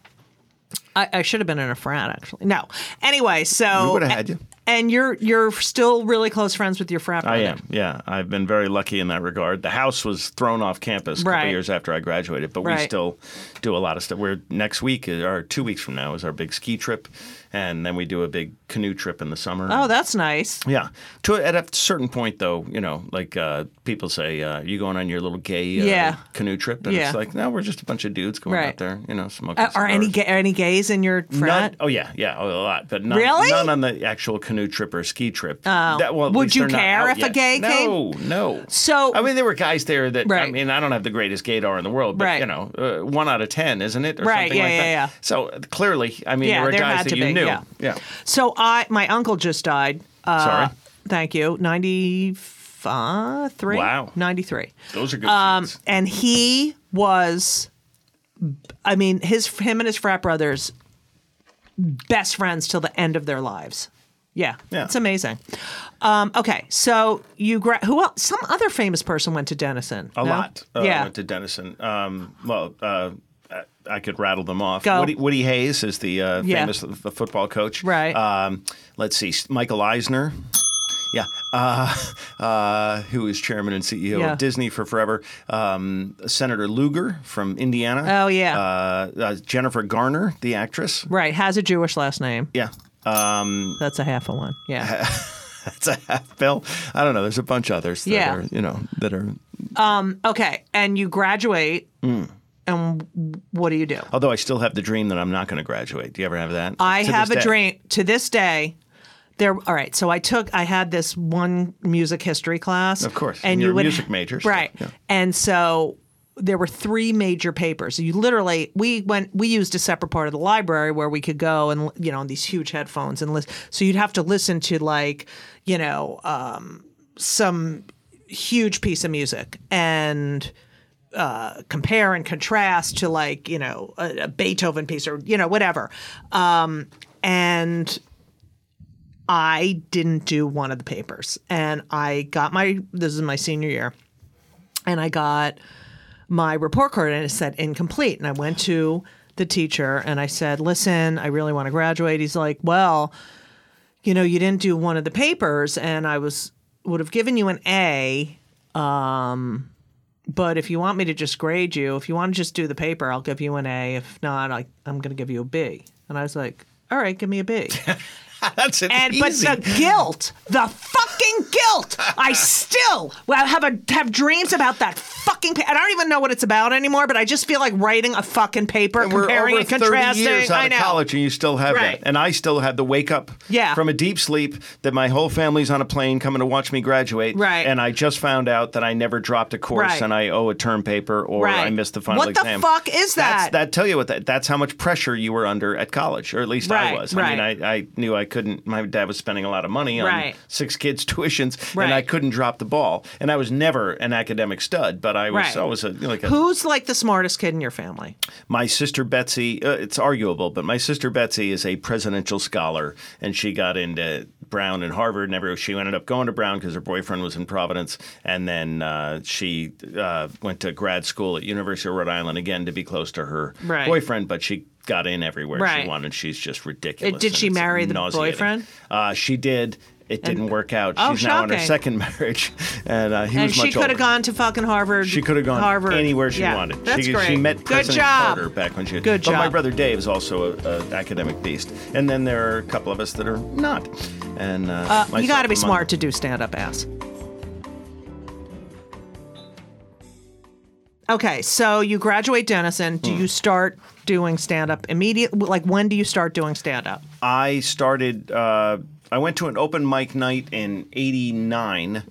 [SPEAKER 2] I, I should have been in a frat actually. No. Anyway, so
[SPEAKER 3] We would've had you.
[SPEAKER 2] And you're you're still really close friends with your frat brother.
[SPEAKER 3] I am. Yeah, I've been very lucky in that regard. The house was thrown off campus a couple
[SPEAKER 2] Right.
[SPEAKER 3] years after I graduated, but
[SPEAKER 2] Right.
[SPEAKER 3] we still do a lot of stuff. We're next week or two weeks from now is our big ski trip, and then we do a big canoe trip in the summer.
[SPEAKER 2] Oh, that's nice.
[SPEAKER 3] Yeah. To at a certain point, though, you know, like uh, people say, uh, "You going on your little gay uh,
[SPEAKER 2] Yeah.
[SPEAKER 3] canoe trip?" And
[SPEAKER 2] Yeah.
[SPEAKER 3] it's like, no, we're just a bunch of dudes going
[SPEAKER 2] Right.
[SPEAKER 3] out there, you know, smoking.
[SPEAKER 2] Uh, are any
[SPEAKER 3] cigars.
[SPEAKER 2] ga- are any gays in your frat?
[SPEAKER 3] None, oh yeah, yeah, a lot, but none,
[SPEAKER 2] Really?
[SPEAKER 3] none on the actual canoe trip or ski trip. Oh.
[SPEAKER 2] Would you care if a gay came?
[SPEAKER 3] No, no.
[SPEAKER 2] So-
[SPEAKER 3] I mean, there were guys there that I
[SPEAKER 2] Right.
[SPEAKER 3] mean, I don't have the greatest gaydar in the world, but
[SPEAKER 2] Right.
[SPEAKER 3] you know, uh, one out of ten, isn't it? Or
[SPEAKER 2] Right,
[SPEAKER 3] Something
[SPEAKER 2] yeah,
[SPEAKER 3] like
[SPEAKER 2] yeah,
[SPEAKER 3] that.
[SPEAKER 2] yeah.
[SPEAKER 3] So uh, clearly, I mean,
[SPEAKER 2] Yeah,
[SPEAKER 3] there were
[SPEAKER 2] there
[SPEAKER 3] guys
[SPEAKER 2] had
[SPEAKER 3] that
[SPEAKER 2] to
[SPEAKER 3] you
[SPEAKER 2] be,
[SPEAKER 3] knew.
[SPEAKER 2] yeah.
[SPEAKER 3] yeah.
[SPEAKER 2] So I my uncle just died. Uh,
[SPEAKER 3] Sorry.
[SPEAKER 2] Thank you. Ninety three.
[SPEAKER 3] Wow.
[SPEAKER 2] Ninety three.
[SPEAKER 3] Those are good.
[SPEAKER 2] Um,
[SPEAKER 3] dudes.
[SPEAKER 2] and he was, I mean, his him and his frat brothers, best friends till the end of their lives. Yeah,
[SPEAKER 3] Yeah.
[SPEAKER 2] it's amazing. Um, okay, so you gra- who else? Some other famous person went to Denison.
[SPEAKER 3] A
[SPEAKER 2] no?
[SPEAKER 3] lot. Uh,
[SPEAKER 2] yeah,
[SPEAKER 3] Went to Denison. Um, well, uh, I- I could rattle them off.
[SPEAKER 2] Go.
[SPEAKER 3] Woody, Woody Hayes is the uh,
[SPEAKER 2] Yeah.
[SPEAKER 3] famous f- football coach.
[SPEAKER 2] Right.
[SPEAKER 3] Um, let's see. S- Michael Eisner. Yeah. Uh, uh, who is chairman and CEO
[SPEAKER 2] Yeah.
[SPEAKER 3] of Disney for forever. Um, Senator Luger from Indiana.
[SPEAKER 2] Oh, yeah.
[SPEAKER 3] Uh, uh, Jennifer Garner, the actress.
[SPEAKER 2] right. Has a Jewish last name.
[SPEAKER 3] Yeah. Um,
[SPEAKER 2] That's a half a one. Yeah.
[SPEAKER 3] that's a half bill. I don't know. There's a bunch others that
[SPEAKER 2] Yeah.
[SPEAKER 3] are, you know, that are
[SPEAKER 2] okay, and you graduate,
[SPEAKER 3] Mm.
[SPEAKER 2] and what do you do?
[SPEAKER 3] Although I still have the dream that I'm not going to graduate. Do you ever have that?
[SPEAKER 2] I
[SPEAKER 3] To this
[SPEAKER 2] have a
[SPEAKER 3] day.
[SPEAKER 2] dream to this day. There, all right. So I took, I had this one music history class,
[SPEAKER 3] Of course, and you're a music major, so,
[SPEAKER 2] right?
[SPEAKER 3] yeah.
[SPEAKER 2] And so there were three major papers. You literally, we went, we used a separate part of the library where we could go and you know, on these huge headphones and listen. So you'd have to listen to like, you know, um, some huge piece of music and uh, compare and contrast to like you know a, a Beethoven piece or you know whatever. Um, and I didn't do one of the papers, and I got my this is my senior year, and I got my report card and it said incomplete, and I went to the teacher and I said, "Listen, I really want to graduate." He's like, "Well." You know, you didn't do one of the papers, and I was would have given you an A, um, but if you want me to just grade you, if you want to just do the paper, I'll give you an A. If not, I, I'm going to give you a B. And I was like, all right, give me a B.
[SPEAKER 3] That's an
[SPEAKER 2] And
[SPEAKER 3] easy.
[SPEAKER 2] but the guilt, the fucking guilt. I still well, have a, have dreams about that fucking. Pa- I don't even know what it's about anymore, but I just feel like writing a fucking paper,
[SPEAKER 3] And
[SPEAKER 2] comparing
[SPEAKER 3] we're over
[SPEAKER 2] and contrasting.
[SPEAKER 3] 30 years out
[SPEAKER 2] I know.
[SPEAKER 3] of college, and you still have
[SPEAKER 2] Right.
[SPEAKER 3] that. And I still have the wake up
[SPEAKER 2] Yeah.
[SPEAKER 3] from a deep sleep that my whole family's on a plane coming to watch me graduate.
[SPEAKER 2] Right.
[SPEAKER 3] And I just found out that I never dropped a course
[SPEAKER 2] Right.
[SPEAKER 3] and I owe a term paper or
[SPEAKER 2] Right.
[SPEAKER 3] I missed the final
[SPEAKER 2] What the
[SPEAKER 3] exam.
[SPEAKER 2] fuck is
[SPEAKER 3] That's,
[SPEAKER 2] that?
[SPEAKER 3] that tell you what that that's how much pressure you were under at college, or at least
[SPEAKER 2] Right,
[SPEAKER 3] I was. I
[SPEAKER 2] right.
[SPEAKER 3] mean, I, I knew I couldn't. My dad was spending a lot of money on
[SPEAKER 2] Right.
[SPEAKER 3] six kids' tuitions,
[SPEAKER 2] Right.
[SPEAKER 3] and I couldn't drop the ball. And I was never an academic stud, but I was
[SPEAKER 2] Right.
[SPEAKER 3] always a, like a
[SPEAKER 2] Who's like the smartest kid in your family?
[SPEAKER 3] my sister Betsy, uh, it's arguable, but my sister Betsy is a presidential scholar, and she got into Brown and Harvard. And every, she ended up going to Brown because her boyfriend was in Providence, and then uh, she uh, went to grad school at University of Rhode Island again to be close to her
[SPEAKER 2] Right.
[SPEAKER 3] boyfriend. But she got in everywhere
[SPEAKER 2] Right.
[SPEAKER 3] she wanted. She's just ridiculous.
[SPEAKER 2] did
[SPEAKER 3] and
[SPEAKER 2] she
[SPEAKER 3] it's
[SPEAKER 2] marry the
[SPEAKER 3] nauseating.
[SPEAKER 2] boyfriend?
[SPEAKER 3] Uh, she did. It didn't work out.
[SPEAKER 2] Oh,
[SPEAKER 3] She's now on her
[SPEAKER 2] shocking.
[SPEAKER 3] second marriage, and uh, he
[SPEAKER 2] And
[SPEAKER 3] was
[SPEAKER 2] she
[SPEAKER 3] much
[SPEAKER 2] could
[SPEAKER 3] older.
[SPEAKER 2] have gone to fucking Harvard.
[SPEAKER 3] She could have gone
[SPEAKER 2] Harvard.
[SPEAKER 3] anywhere she
[SPEAKER 2] Yeah.
[SPEAKER 3] wanted.
[SPEAKER 2] That's
[SPEAKER 3] she,
[SPEAKER 2] great.
[SPEAKER 3] she met
[SPEAKER 2] Good
[SPEAKER 3] President
[SPEAKER 2] job.
[SPEAKER 3] Carter back when she had.
[SPEAKER 2] Good
[SPEAKER 3] But my
[SPEAKER 2] job.
[SPEAKER 3] brother Dave is also an academic beast. And then there are a couple of us that are not. And uh,
[SPEAKER 2] You got to be
[SPEAKER 3] myself among
[SPEAKER 2] smart to do stand up ass. Okay, so you graduate Denison. Do
[SPEAKER 3] Mm.
[SPEAKER 2] you start doing stand up immediately? Like, when do you start doing stand up?
[SPEAKER 3] I started. Uh, I went to an open mic night in '89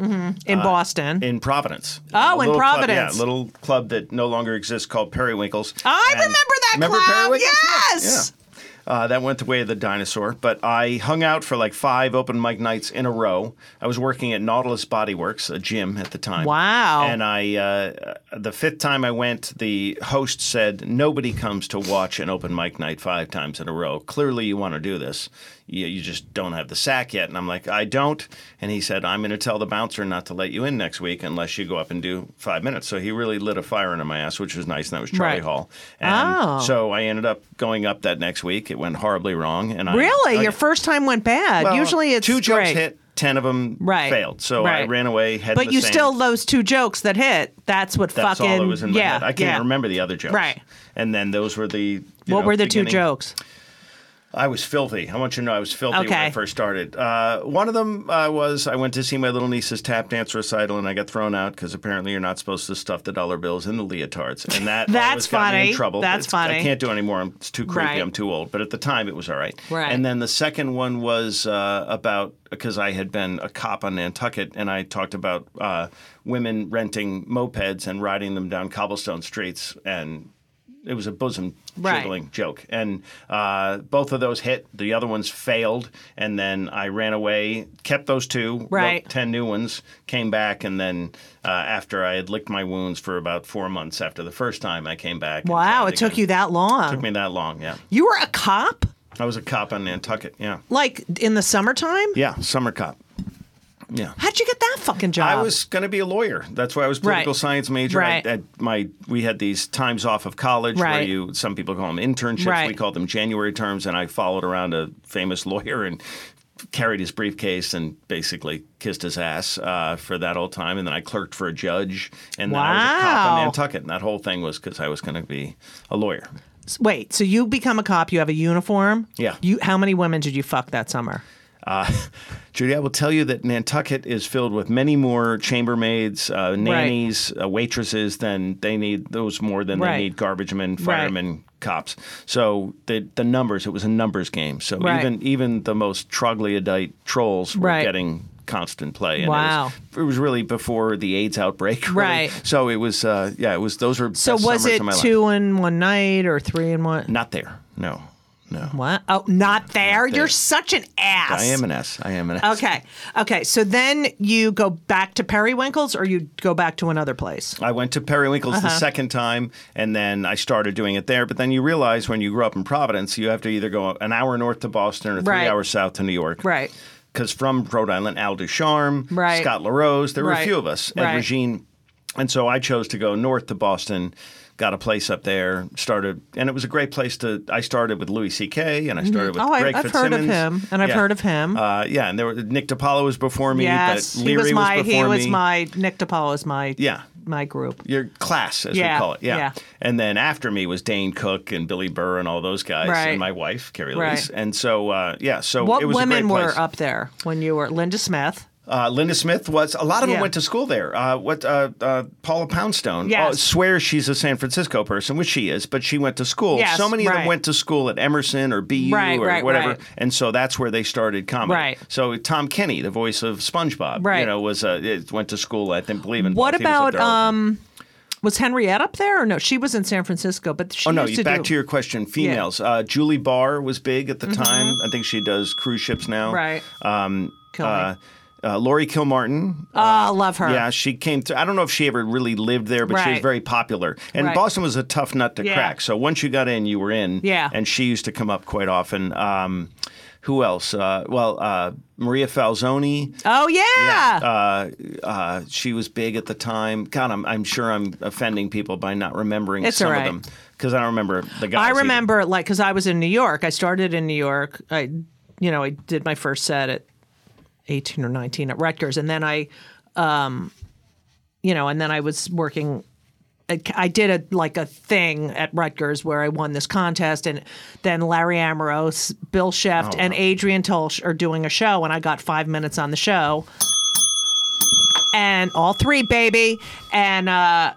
[SPEAKER 2] In Boston.
[SPEAKER 3] Uh, in Providence.
[SPEAKER 2] Mm-hmm. Oh,
[SPEAKER 3] A
[SPEAKER 2] in
[SPEAKER 3] little Club,
[SPEAKER 2] Providence.
[SPEAKER 3] yeah, little club that no longer exists called Periwinkles.
[SPEAKER 2] I
[SPEAKER 3] And-
[SPEAKER 2] remember that
[SPEAKER 3] remember
[SPEAKER 2] club.
[SPEAKER 3] Periwinkles? Yeah,
[SPEAKER 2] Yes!
[SPEAKER 3] yeah. Uh, that went the way of the dinosaur, but I hung out for like five open mic nights in a row. I was working at Nautilus Bodyworks, a gym at the time.
[SPEAKER 2] Wow.
[SPEAKER 3] And I, uh, the fifth time I went, the host said, "Nobody comes to watch an open mic night five times in a row. Clearly, you want to do this. You, you just don't have the sack yet." And I'm like, "I don't." And he said, "I'm going to tell the bouncer not to let you in next week unless you go up and do five minutes." So he really lit a fire under my ass, which was nice. And that was Charlie
[SPEAKER 2] Right.
[SPEAKER 3] Hall. And
[SPEAKER 2] Oh.
[SPEAKER 3] so I ended up going up that next week. It went horribly wrong, and I
[SPEAKER 2] really?
[SPEAKER 3] I-
[SPEAKER 2] Your first time went bad.
[SPEAKER 3] well,
[SPEAKER 2] Usually it's
[SPEAKER 3] two jokes
[SPEAKER 2] great.
[SPEAKER 3] hit, ten of them
[SPEAKER 2] Right.
[SPEAKER 3] failed. So I
[SPEAKER 2] Right.
[SPEAKER 3] ran away. Head in
[SPEAKER 2] But
[SPEAKER 3] the
[SPEAKER 2] you
[SPEAKER 3] sand.
[SPEAKER 2] still, those two jokes that hit, that's what
[SPEAKER 3] That's
[SPEAKER 2] fucking.
[SPEAKER 3] all that was in my
[SPEAKER 2] yeah,
[SPEAKER 3] head. I can't
[SPEAKER 2] yeah.
[SPEAKER 3] remember the other jokes.
[SPEAKER 2] Right.
[SPEAKER 3] And then those were the. you
[SPEAKER 2] What
[SPEAKER 3] know,
[SPEAKER 2] were the two
[SPEAKER 3] beginning-
[SPEAKER 2] jokes?
[SPEAKER 3] I was filthy. I want you to know I was filthy when I
[SPEAKER 2] Okay.
[SPEAKER 3] first started. Uh, one of them uh, was I went to see my little niece's tap dance recital and I got thrown out because apparently you're not supposed to stuff the dollar bills in the leotards. And that
[SPEAKER 2] That's
[SPEAKER 3] always got me in
[SPEAKER 2] funny.
[SPEAKER 3] trouble.
[SPEAKER 2] That's
[SPEAKER 3] It's- I
[SPEAKER 2] funny.
[SPEAKER 3] can't do it anymore. I'm- It's too creepy.
[SPEAKER 2] Right.
[SPEAKER 3] I'm too old. But at the time, it was all right.
[SPEAKER 2] Right.
[SPEAKER 3] And then the second one was uh, about because I had been a cop on Nantucket and I talked about uh, women renting mopeds and riding them down cobblestone streets and it was a bosom
[SPEAKER 2] Right.
[SPEAKER 3] jiggling joke. And uh, both of those hit. The other ones failed. And then I ran away, kept those two, wrote
[SPEAKER 2] Right.
[SPEAKER 3] 10 new ones, came back. And then uh, after I had licked my wounds for about four months after the first time, I came back. and
[SPEAKER 2] Wow,
[SPEAKER 3] tried
[SPEAKER 2] it took
[SPEAKER 3] again.
[SPEAKER 2] you that long.
[SPEAKER 3] took me that long, yeah.
[SPEAKER 2] you were a cop,
[SPEAKER 3] I was a cop on Nantucket, yeah.
[SPEAKER 2] like in the summertime.
[SPEAKER 3] Yeah, summer cop. Yeah.
[SPEAKER 2] How'd you get that fucking job?
[SPEAKER 3] I was going to be a lawyer. That's why I was a
[SPEAKER 2] Right.
[SPEAKER 3] political science major. I-
[SPEAKER 2] Right.
[SPEAKER 3] I- my we had these times off of college where
[SPEAKER 2] Right.
[SPEAKER 3] you some people call them internships. We
[SPEAKER 2] Right.
[SPEAKER 3] called them January terms, and I followed around a famous lawyer and carried his briefcase and basically kissed his ass uh, for that whole time. And then I clerked for a judge, and then I was a cop
[SPEAKER 2] Wow.
[SPEAKER 3] in Nantucket. And that whole thing was because I was going to be a lawyer.
[SPEAKER 2] Wait, so you become a cop? You have a uniform?
[SPEAKER 3] Yeah.
[SPEAKER 2] You how many women did you fuck that summer?
[SPEAKER 3] Uh, Judy, I will tell you that Nantucket is filled with many more chambermaids, uh, nannies, uh, waitresses than they need those more than
[SPEAKER 2] Right.
[SPEAKER 3] they need garbage men, firemen, cops. So the the numbers, it was a numbers game. So
[SPEAKER 2] Right.
[SPEAKER 3] even even the most troglodyte trolls were
[SPEAKER 2] Right.
[SPEAKER 3] getting constant play. And
[SPEAKER 2] Wow.
[SPEAKER 3] It was, it was really before the AIDS outbreak. really.
[SPEAKER 2] Right.
[SPEAKER 3] So it was, uh, yeah, it was, those were
[SPEAKER 2] So
[SPEAKER 3] best
[SPEAKER 2] was
[SPEAKER 3] summers
[SPEAKER 2] it
[SPEAKER 3] of my life.
[SPEAKER 2] two in one night or three in one?
[SPEAKER 3] Not there. No, no.
[SPEAKER 2] What? Oh, not there.
[SPEAKER 3] there.
[SPEAKER 2] You're such an ass.
[SPEAKER 3] I am an S. I am an S.
[SPEAKER 2] Okay. Okay. So then you go back to Periwinkle's or you go back to another place?
[SPEAKER 3] I went to Periwinkle's
[SPEAKER 2] Uh-huh.
[SPEAKER 3] the second time, and then I started doing it there. But then you realize when you grow up in Providence, you have to either go an hour north to Boston or three
[SPEAKER 2] Right.
[SPEAKER 3] hours south to New York.
[SPEAKER 2] Right.
[SPEAKER 3] Because from Rhode Island, Al Ducharme,
[SPEAKER 2] Right.
[SPEAKER 3] Scott LaRose, there were a
[SPEAKER 2] Right.
[SPEAKER 3] few of us, Ed
[SPEAKER 2] Right.
[SPEAKER 3] Regine. And so I chose to go north to Boston, got a place up there, started, and it was a great place to. I started with Louis C.K., and I started with
[SPEAKER 2] Oh, I,
[SPEAKER 3] Greg
[SPEAKER 2] I've heard of
[SPEAKER 3] Fitzsimmons.
[SPEAKER 2] him, and I've
[SPEAKER 3] Yeah.
[SPEAKER 2] heard of him.
[SPEAKER 3] Uh, yeah, and there were, Nick DiPaolo was before me,
[SPEAKER 2] yes,
[SPEAKER 3] but
[SPEAKER 2] he
[SPEAKER 3] Leary
[SPEAKER 2] was my. he
[SPEAKER 3] before
[SPEAKER 2] was
[SPEAKER 3] me.
[SPEAKER 2] my. Nick DePaul is my.
[SPEAKER 3] Yeah.
[SPEAKER 2] My group.
[SPEAKER 3] your class, as we
[SPEAKER 2] Yeah,
[SPEAKER 3] call it. Yeah.
[SPEAKER 2] yeah.
[SPEAKER 3] And then after me was Dane Cook and Billy Burr and all those guys,
[SPEAKER 2] Right.
[SPEAKER 3] and my wife, Carrie
[SPEAKER 2] Right.
[SPEAKER 3] Louise. And so, uh, yeah, so
[SPEAKER 2] What
[SPEAKER 3] it was a
[SPEAKER 2] women
[SPEAKER 3] great
[SPEAKER 2] were uh,
[SPEAKER 3] place.
[SPEAKER 2] up there when you were Linda Smith?
[SPEAKER 3] Uh, Linda Smith was, a lot of them
[SPEAKER 2] Yeah.
[SPEAKER 3] went to school there. Uh, what uh, uh, Paula Poundstone
[SPEAKER 2] Yes.
[SPEAKER 3] oh, swears she's a San Francisco person, which she is, but she went to school.
[SPEAKER 2] Yes,
[SPEAKER 3] so many of them
[SPEAKER 2] right.
[SPEAKER 3] went to school at Emerson or BU
[SPEAKER 2] Right,
[SPEAKER 3] or
[SPEAKER 2] right,
[SPEAKER 3] whatever.
[SPEAKER 2] right.
[SPEAKER 3] And so that's where they started comedy.
[SPEAKER 2] Right.
[SPEAKER 3] So Tom Kenny, the voice of SpongeBob, you
[SPEAKER 2] Right.
[SPEAKER 3] know, was uh, it- went to school, I think, believe in
[SPEAKER 2] What
[SPEAKER 3] both. He was up
[SPEAKER 2] about
[SPEAKER 3] there all the time.
[SPEAKER 2] um? Was Henriette up there or no? She was in San Francisco, but she
[SPEAKER 3] Oh no!
[SPEAKER 2] used
[SPEAKER 3] You,
[SPEAKER 2] to do,
[SPEAKER 3] back
[SPEAKER 2] Mm-hmm.
[SPEAKER 3] to your question, females. Uh, Julie Barr was big at the time. I think she does cruise ships now.
[SPEAKER 2] right.
[SPEAKER 3] Um,
[SPEAKER 2] Kill me.
[SPEAKER 3] uh, uh, Lori Kilmartin.
[SPEAKER 2] oh, I love her.
[SPEAKER 3] Yeah, she came through. I don't know if she ever really lived there, but she was
[SPEAKER 2] Right.
[SPEAKER 3] very popular. And
[SPEAKER 2] Right.
[SPEAKER 3] Boston was a tough nut to
[SPEAKER 2] Yeah.
[SPEAKER 3] crack. So once you got in, you were in.
[SPEAKER 2] Yeah.
[SPEAKER 3] And she used to come up quite often. Um, who else? Uh, well, uh, Maria Falzoni.
[SPEAKER 2] Oh yeah.
[SPEAKER 3] Uh, uh, she was big at the time. God, I'm, I'm sure I'm offending people by not remembering
[SPEAKER 2] It's
[SPEAKER 3] some
[SPEAKER 2] all
[SPEAKER 3] of
[SPEAKER 2] right.
[SPEAKER 3] them because I don't remember the guys.
[SPEAKER 2] I
[SPEAKER 3] either.
[SPEAKER 2] remember like because I was in New York. I started in New York. I, you know, I did my first set at eighteen or nineteen at Rutgers, and then I, um, you know, and then I was working. I- I did a like a thing at Rutgers where I won this contest, and then Larry Ambrose, Bill Sheft, and Adrian Tulsh are doing a show, and I got five minutes on the show, and all three, baby, and uh,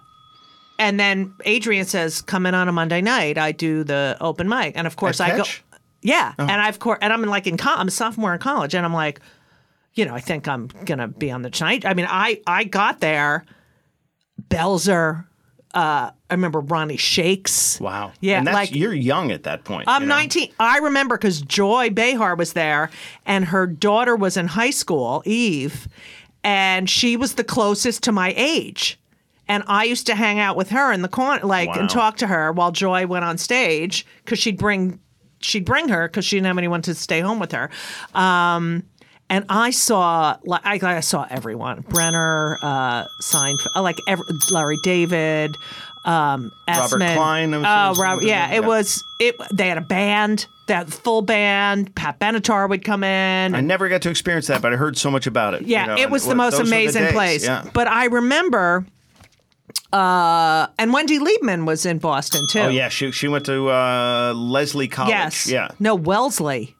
[SPEAKER 2] and then Adrian says, "Come in on a Monday night. I do the open mic." And of course, I go,
[SPEAKER 3] Ketch?
[SPEAKER 2] yeah. And I've cour- and I'm in, like in co- I'm a sophomore in college, and I'm like, you know, I think I'm gonna be on the tonight. I mean, I I got there, Belzer. Uh, I remember Ronnie Shakes.
[SPEAKER 3] Wow.
[SPEAKER 2] Yeah,
[SPEAKER 3] And that's,
[SPEAKER 2] like-
[SPEAKER 3] you're young at that point.
[SPEAKER 2] I'm
[SPEAKER 3] you know?
[SPEAKER 2] 19. I remember because Joy Behar was there, and her daughter was in high school, Eve, and she was the closest to my age. And I used to hang out with her in the corner, like,
[SPEAKER 3] Wow.
[SPEAKER 2] and talk to her while Joy went on stage because she'd bring she'd bring her because she didn't have anyone to stay home with her. Um, and I saw like I, I saw everyone: Brenner, uh, Seinfeld, like every, Larry David, um,
[SPEAKER 3] Robert
[SPEAKER 2] Essman.
[SPEAKER 3] Klein, I'm
[SPEAKER 2] Oh,
[SPEAKER 3] sure,
[SPEAKER 2] Robert,
[SPEAKER 3] something
[SPEAKER 2] yeah,
[SPEAKER 3] like
[SPEAKER 2] it
[SPEAKER 3] that.
[SPEAKER 2] was it. They had a band, that full band. Pat Benatar would come in.
[SPEAKER 3] I never got to experience that, but I heard so much about it. you
[SPEAKER 2] yeah,
[SPEAKER 3] know,
[SPEAKER 2] it
[SPEAKER 3] and
[SPEAKER 2] was the
[SPEAKER 3] wa-
[SPEAKER 2] most
[SPEAKER 3] those were
[SPEAKER 2] amazing
[SPEAKER 3] days,
[SPEAKER 2] place.
[SPEAKER 3] Yeah.
[SPEAKER 2] But I remember Uh, and Wendy Liebman was in Boston too.
[SPEAKER 3] Oh yeah, she she went to uh, Leslie College.
[SPEAKER 2] Yes.
[SPEAKER 3] Yeah.
[SPEAKER 2] No, Wellesley.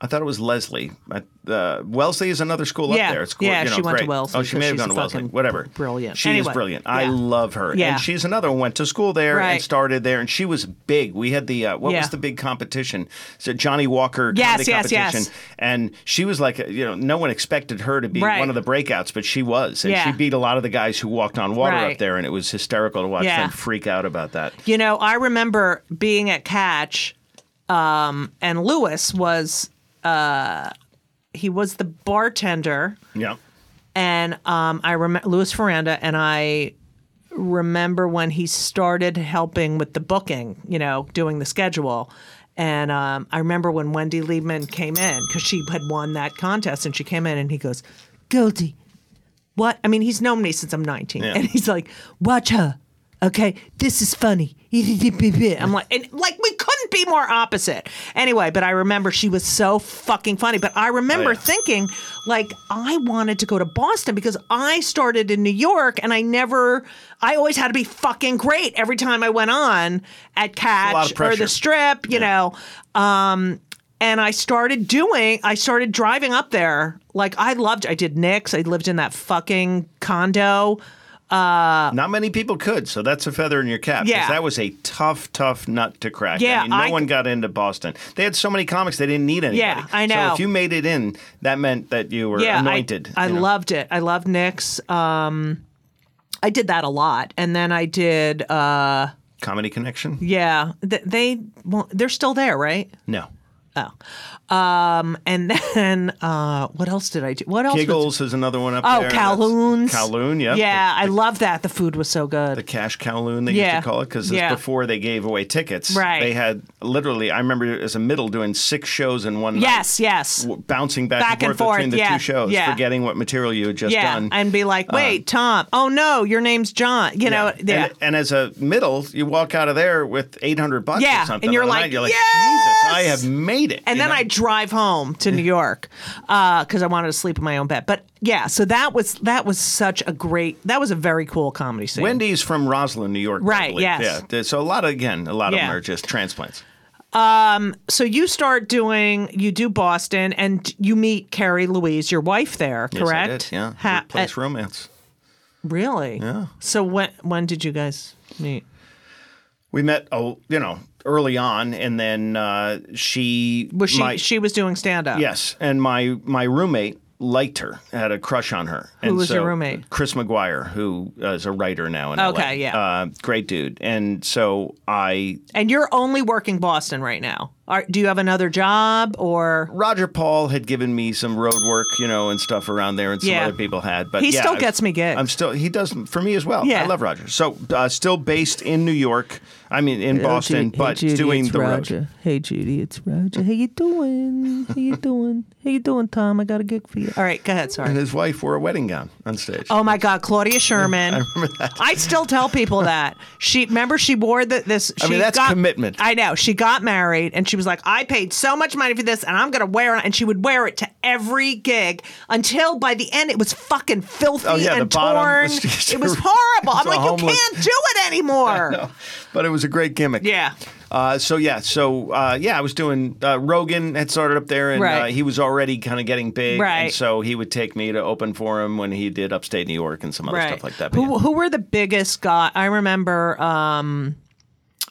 [SPEAKER 3] I thought it was Leslie. I- Uh, Wellesley is another school
[SPEAKER 2] Yeah.
[SPEAKER 3] up there. It's cool.
[SPEAKER 2] Yeah,
[SPEAKER 3] you know,
[SPEAKER 2] she went to
[SPEAKER 3] great.
[SPEAKER 2] Wellesley
[SPEAKER 3] Oh, she
[SPEAKER 2] 'cause
[SPEAKER 3] may have
[SPEAKER 2] she's
[SPEAKER 3] gone
[SPEAKER 2] a
[SPEAKER 3] to Wellesley.
[SPEAKER 2] fucking
[SPEAKER 3] Whatever.
[SPEAKER 2] brilliant.
[SPEAKER 3] She
[SPEAKER 2] Anyway,
[SPEAKER 3] is brilliant. I
[SPEAKER 2] yeah.
[SPEAKER 3] love her.
[SPEAKER 2] Yeah.
[SPEAKER 3] And she's another one. Went to school there
[SPEAKER 2] Right.
[SPEAKER 3] and started there. And she was big. We had the uh, what
[SPEAKER 2] Yeah.
[SPEAKER 3] was the big competition? So Johnny Walker
[SPEAKER 2] Yes,
[SPEAKER 3] comedy
[SPEAKER 2] yes, yes.
[SPEAKER 3] competition. And she was like, a- you know, no one expected her to be
[SPEAKER 2] Right.
[SPEAKER 3] one of the breakouts, but she was, and
[SPEAKER 2] Yeah.
[SPEAKER 3] she beat a lot of the guys who walked on water
[SPEAKER 2] Right.
[SPEAKER 3] up there, and it was hysterical to watch
[SPEAKER 2] Yeah.
[SPEAKER 3] them freak out about that.
[SPEAKER 2] You know, I remember being at Catch, um, and Lewis was uh, he was the bartender,
[SPEAKER 3] Yeah.
[SPEAKER 2] and um, I remember Lewis Ferranda, and I remember when he started helping with the booking. You know, doing the schedule. And um, I remember when Wendy Liebman came in because she had won that contest, and she came in and he goes, "Guilty, what? I mean, he's known me since I'm 19, and he's like, watch her. Okay, this is funny. I'm like, and like we couldn't be more opposite. Anyway, but I remember she was so fucking funny. But I remember
[SPEAKER 3] Oh, yeah.
[SPEAKER 2] thinking, like, I wanted to go to Boston because I started in New York, and I never, I always had to be fucking great every time I went on at
[SPEAKER 3] lot of
[SPEAKER 2] Catch or the
[SPEAKER 3] pressure.
[SPEAKER 2] Strip, you know. Um, and I started doing, I started driving up there. Like I loved, I did Nick's. I lived in that fucking condo.
[SPEAKER 3] Not many people could, so that's a feather in your cap. 'cause
[SPEAKER 2] Yeah.
[SPEAKER 3] that was a tough, tough nut to crack.
[SPEAKER 2] Yeah,
[SPEAKER 3] I mean, no
[SPEAKER 2] I-
[SPEAKER 3] one got into Boston. They had so many comics they didn't need anybody.
[SPEAKER 2] Yeah, I know.
[SPEAKER 3] So if you made it in, that meant that you were
[SPEAKER 2] Yeah, I-
[SPEAKER 3] anointed.
[SPEAKER 2] I,
[SPEAKER 3] you know.
[SPEAKER 2] loved it. I loved Nick's. Um, I did that a lot, and then I did. Uh,
[SPEAKER 3] Comedy Connection.
[SPEAKER 2] yeah, th- they well, they're still there, right?
[SPEAKER 3] No,
[SPEAKER 2] Oh, um, and then uh, what else did I do? What else? was-
[SPEAKER 3] Giggles is another one up
[SPEAKER 2] oh,
[SPEAKER 3] there. That's-
[SPEAKER 2] Calhoun's.
[SPEAKER 3] Kowloon, yeah.
[SPEAKER 2] Yeah, I love that. The food was so good.
[SPEAKER 3] The Cash Kowloon, they
[SPEAKER 2] Yeah.
[SPEAKER 3] used to call it, because
[SPEAKER 2] Yeah.
[SPEAKER 3] before they gave away tickets.
[SPEAKER 2] Right.
[SPEAKER 3] They had literally, I remember as a middle doing six shows in one night.
[SPEAKER 2] yes, yes.
[SPEAKER 3] w- Bouncing back,
[SPEAKER 2] Back and
[SPEAKER 3] and, forth, between
[SPEAKER 2] forth,
[SPEAKER 3] the
[SPEAKER 2] yeah,
[SPEAKER 3] two shows,
[SPEAKER 2] yeah.
[SPEAKER 3] forgetting what material you had just
[SPEAKER 2] yeah,
[SPEAKER 3] done. Um,
[SPEAKER 2] and be like, wait, Tom. Oh no, your name's John. You know,
[SPEAKER 3] And-
[SPEAKER 2] Oh, yeah.
[SPEAKER 3] And, as a middle, you walk out of there with 800 bucks
[SPEAKER 2] Yeah,
[SPEAKER 3] or something.
[SPEAKER 2] and you're
[SPEAKER 3] on the
[SPEAKER 2] like,
[SPEAKER 3] night. you're like,
[SPEAKER 2] "Yes!"
[SPEAKER 3] Jesus, I have made it.
[SPEAKER 2] and
[SPEAKER 3] you
[SPEAKER 2] then
[SPEAKER 3] know?
[SPEAKER 2] I drive home to New York because I wanted to sleep in my own bed. But yeah, so that was that was such a great that was a very cool comedy scene.
[SPEAKER 3] Wendy's from Roslyn, New York. I
[SPEAKER 2] Right,
[SPEAKER 3] believe.
[SPEAKER 2] yes.
[SPEAKER 3] Yeah. th- So a lot of, again, a lot of
[SPEAKER 2] Yeah.
[SPEAKER 3] them are just transplants.
[SPEAKER 2] so you start doing you do Boston and you meet Carrie Louise, your wife there,
[SPEAKER 3] Yes, I
[SPEAKER 2] correct?
[SPEAKER 3] did, Yeah.
[SPEAKER 2] Ha-
[SPEAKER 3] Workplace
[SPEAKER 2] uh,
[SPEAKER 3] romance.
[SPEAKER 2] really? Yeah. So when when did you guys meet?
[SPEAKER 3] We met, oh, you know, early on, and then uh, she
[SPEAKER 2] Was she
[SPEAKER 3] my-
[SPEAKER 2] she was doing stand up?
[SPEAKER 3] Yes, and my my roommate liked her, had a crush on her. Who
[SPEAKER 2] was your roommate?
[SPEAKER 3] Chris McGuire, who uh, is a writer now in LA.
[SPEAKER 2] Okay, yeah.
[SPEAKER 3] uh, great dude. And so I
[SPEAKER 2] And you're only working Boston right now. Are, do you have another job or
[SPEAKER 3] Roger Paul had given me some road work, you know, and stuff around there, and some
[SPEAKER 2] Yeah.
[SPEAKER 3] other people had. But
[SPEAKER 2] He
[SPEAKER 3] yeah,
[SPEAKER 2] still
[SPEAKER 3] I-
[SPEAKER 2] gets me gigs.
[SPEAKER 3] I'm still he does for me as well.
[SPEAKER 2] Yeah.
[SPEAKER 3] I love Roger. So uh, still based in New York. I mean in Boston, but doing the road.
[SPEAKER 2] Hey Judy, it's Roger. How you doing? How you doing? How you doing, Tom? I got a gig for you. All right, go ahead.
[SPEAKER 3] And
[SPEAKER 2] Sorry.
[SPEAKER 3] his wife wore a wedding gown on stage.
[SPEAKER 2] Oh my God, Claudia Sherman. I remember that. I still tell people that she remember she wore the, this. She
[SPEAKER 3] I mean, that's
[SPEAKER 2] got,
[SPEAKER 3] commitment.
[SPEAKER 2] I know. She got married and she was like, I paid so much money for this, and I'm gonna wear it. And she would wear it to every gig until by the end it was fucking filthy
[SPEAKER 3] Oh, yeah, the
[SPEAKER 2] and
[SPEAKER 3] bottom
[SPEAKER 2] torn.
[SPEAKER 3] was just-
[SPEAKER 2] it was horrible. I'm
[SPEAKER 3] It's a
[SPEAKER 2] like,
[SPEAKER 3] homeless-
[SPEAKER 2] you can't do it anymore.
[SPEAKER 3] But it was a great gimmick.
[SPEAKER 2] Yeah.
[SPEAKER 3] Uh, so yeah, so uh, yeah, I was doing uh, Rogan had started up there, and uh,
[SPEAKER 2] Right.
[SPEAKER 3] he was already kind of getting big,
[SPEAKER 2] Right.
[SPEAKER 3] And so he would take me to open for him when he did upstate New York and some other stuff like that. But
[SPEAKER 2] Who,
[SPEAKER 3] yeah.
[SPEAKER 2] who were the biggest guy? I remember, um,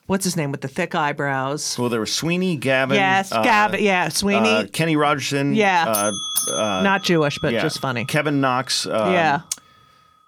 [SPEAKER 2] what's his name with the thick eyebrows?
[SPEAKER 3] Well, there was Sweeney, Gavin,
[SPEAKER 2] Yes,
[SPEAKER 3] uh,
[SPEAKER 2] Gab. Yeah, Sweeney.
[SPEAKER 3] uh, Kenny Rogerson,
[SPEAKER 2] Yeah.
[SPEAKER 3] uh,
[SPEAKER 2] not Jewish, but
[SPEAKER 3] yeah,
[SPEAKER 2] just funny.
[SPEAKER 3] Kevin Knox, um,
[SPEAKER 2] yeah.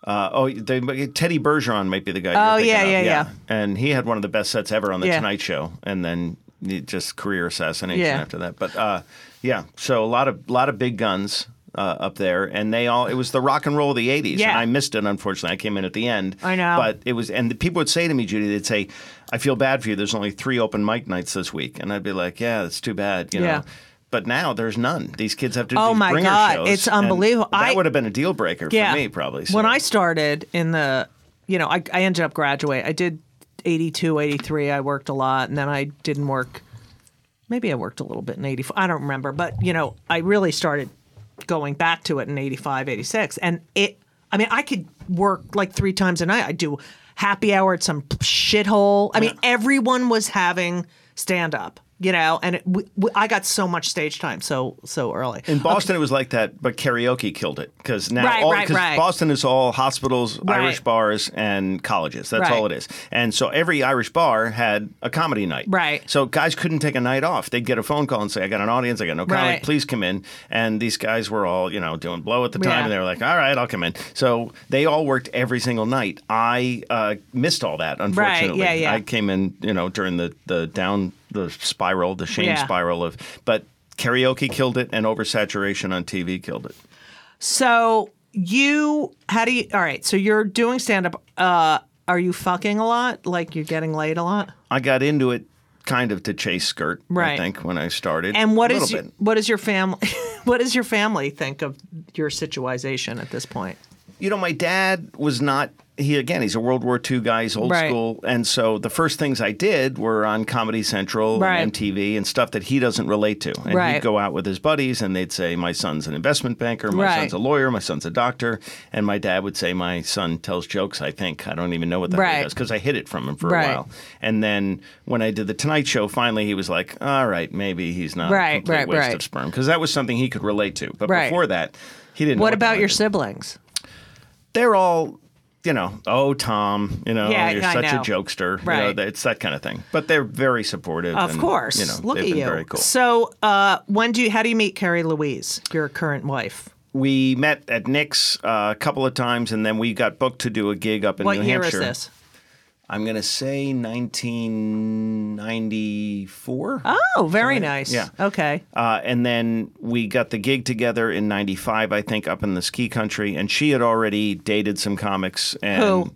[SPEAKER 3] uh, oh, they, Teddy Bergeron might be the guy.
[SPEAKER 2] Oh,
[SPEAKER 3] you're thinking
[SPEAKER 2] yeah,
[SPEAKER 3] of,
[SPEAKER 2] yeah, yeah.
[SPEAKER 3] and he had one of the best sets ever on the
[SPEAKER 2] Yeah.
[SPEAKER 3] Tonight Show, and then he just career assassination
[SPEAKER 2] Yeah.
[SPEAKER 3] after that. But uh, yeah, so a lot of lot of big guns. Uh, up there, and they all it was the rock and roll of the 80s,
[SPEAKER 2] Yeah.
[SPEAKER 3] and I missed it unfortunately. I came in at the end,
[SPEAKER 2] I know.
[SPEAKER 3] but it was, and the people would say to me, Judy, they'd say, I feel bad for you. There's only three open mic nights this week, and I'd be like, Yeah, that's too bad, you
[SPEAKER 2] Yeah.
[SPEAKER 3] know. But now there's none. These kids have to do
[SPEAKER 2] Oh,
[SPEAKER 3] these
[SPEAKER 2] my
[SPEAKER 3] bringer
[SPEAKER 2] God,
[SPEAKER 3] shows,
[SPEAKER 2] it's
[SPEAKER 3] and
[SPEAKER 2] unbelievable.
[SPEAKER 3] That
[SPEAKER 2] I-
[SPEAKER 3] would have been a deal breaker
[SPEAKER 2] yeah.
[SPEAKER 3] for me, probably. so.
[SPEAKER 2] When I started in the, you know, I, I ended up graduate. I did 82, 83. I worked a lot, and then I didn't work. Maybe I worked a little bit in 84. I don't remember, but, you know, I really started going back to it in 85, 86. And it, I mean, I could work like three times a night. I do happy hour at some shithole. I mean, everyone was having stand up, you know, and it, w- w- I got so much stage time so so early.
[SPEAKER 3] In Boston, it was like that, but karaoke killed it because now
[SPEAKER 2] Right,
[SPEAKER 3] all,
[SPEAKER 2] right,
[SPEAKER 3] 'cause
[SPEAKER 2] right.
[SPEAKER 3] Boston is all hospitals,
[SPEAKER 2] Right.
[SPEAKER 3] Irish bars, and colleges. That's
[SPEAKER 2] Right.
[SPEAKER 3] all it is. And so every Irish bar had a comedy night.
[SPEAKER 2] Right.
[SPEAKER 3] So guys couldn't take a night off. They'd get a phone call and say, "I got an audience. I got no comic.
[SPEAKER 2] Right.
[SPEAKER 3] Please come in." And these guys were all, you know, doing blow at the time,
[SPEAKER 2] Yeah.
[SPEAKER 3] and they were like, "All right, I'll come in." So they all worked every single night. I uh, missed all that, unfortunately.
[SPEAKER 2] yeah, yeah.
[SPEAKER 3] I came in, you know, during the the down the spiral, the shame
[SPEAKER 2] Yeah.
[SPEAKER 3] spiral of, but karaoke killed it, and oversaturation on TV killed it.
[SPEAKER 2] So you, how do you? All right, so you're doing stand up. Uh, are you fucking a lot? Like you're getting laid a lot?
[SPEAKER 3] I got into it kind of to chase skirt, I
[SPEAKER 2] Right.
[SPEAKER 3] think, when I started.
[SPEAKER 2] And what
[SPEAKER 3] a
[SPEAKER 2] is
[SPEAKER 3] little
[SPEAKER 2] your,
[SPEAKER 3] bit.
[SPEAKER 2] what is your family? what does your family think of your situation at this point?
[SPEAKER 3] you know, my dad was not. He again, he's a World War II guy. He's old
[SPEAKER 2] Right.
[SPEAKER 3] school, and so the first things I did were on Comedy Central
[SPEAKER 2] Right.
[SPEAKER 3] and MTV and stuff that he doesn't relate to. And he'd
[SPEAKER 2] Right.
[SPEAKER 3] go out with his buddies, and they'd say, "My son's an investment banker. My
[SPEAKER 2] Right.
[SPEAKER 3] son's a lawyer. My son's a doctor." And my dad would say, "My son tells jokes. I think I don't even know what that
[SPEAKER 2] Right.
[SPEAKER 3] does because I hid it from him for
[SPEAKER 2] Right.
[SPEAKER 3] a while." And then when I did the Tonight Show, finally he was like, "All right, maybe he's not
[SPEAKER 2] Right,
[SPEAKER 3] a complete
[SPEAKER 2] right,
[SPEAKER 3] waste
[SPEAKER 2] right.
[SPEAKER 3] of sperm," because that was something he could relate to. But
[SPEAKER 2] Right.
[SPEAKER 3] before that, he didn't. know
[SPEAKER 2] What about
[SPEAKER 3] the
[SPEAKER 2] your
[SPEAKER 3] hell-
[SPEAKER 2] siblings?
[SPEAKER 3] they're all you know oh tom you know
[SPEAKER 2] Yeah,
[SPEAKER 3] you're
[SPEAKER 2] I
[SPEAKER 3] such
[SPEAKER 2] know.
[SPEAKER 3] a jokester you know,
[SPEAKER 2] Right.
[SPEAKER 3] that- it's that kind of thing but they're very supportive
[SPEAKER 2] Of
[SPEAKER 3] and,
[SPEAKER 2] course.
[SPEAKER 3] you know
[SPEAKER 2] Look
[SPEAKER 3] they've
[SPEAKER 2] at
[SPEAKER 3] been
[SPEAKER 2] you.
[SPEAKER 3] very cool
[SPEAKER 2] So, uh, when do you, how do you meet Carrie Louise, your current wife?
[SPEAKER 3] we met at nick's uh, a couple of times and then we got booked to do a gig up in
[SPEAKER 2] What
[SPEAKER 3] new
[SPEAKER 2] year
[SPEAKER 3] hampshire
[SPEAKER 2] is this?
[SPEAKER 3] i'm going to say 1994
[SPEAKER 2] Oh, very nice.
[SPEAKER 3] Yeah.
[SPEAKER 2] Okay.
[SPEAKER 3] Uh, and then we got the gig together in '95, I think, up in the ski country. And she had already dated some comics. And,
[SPEAKER 2] Who?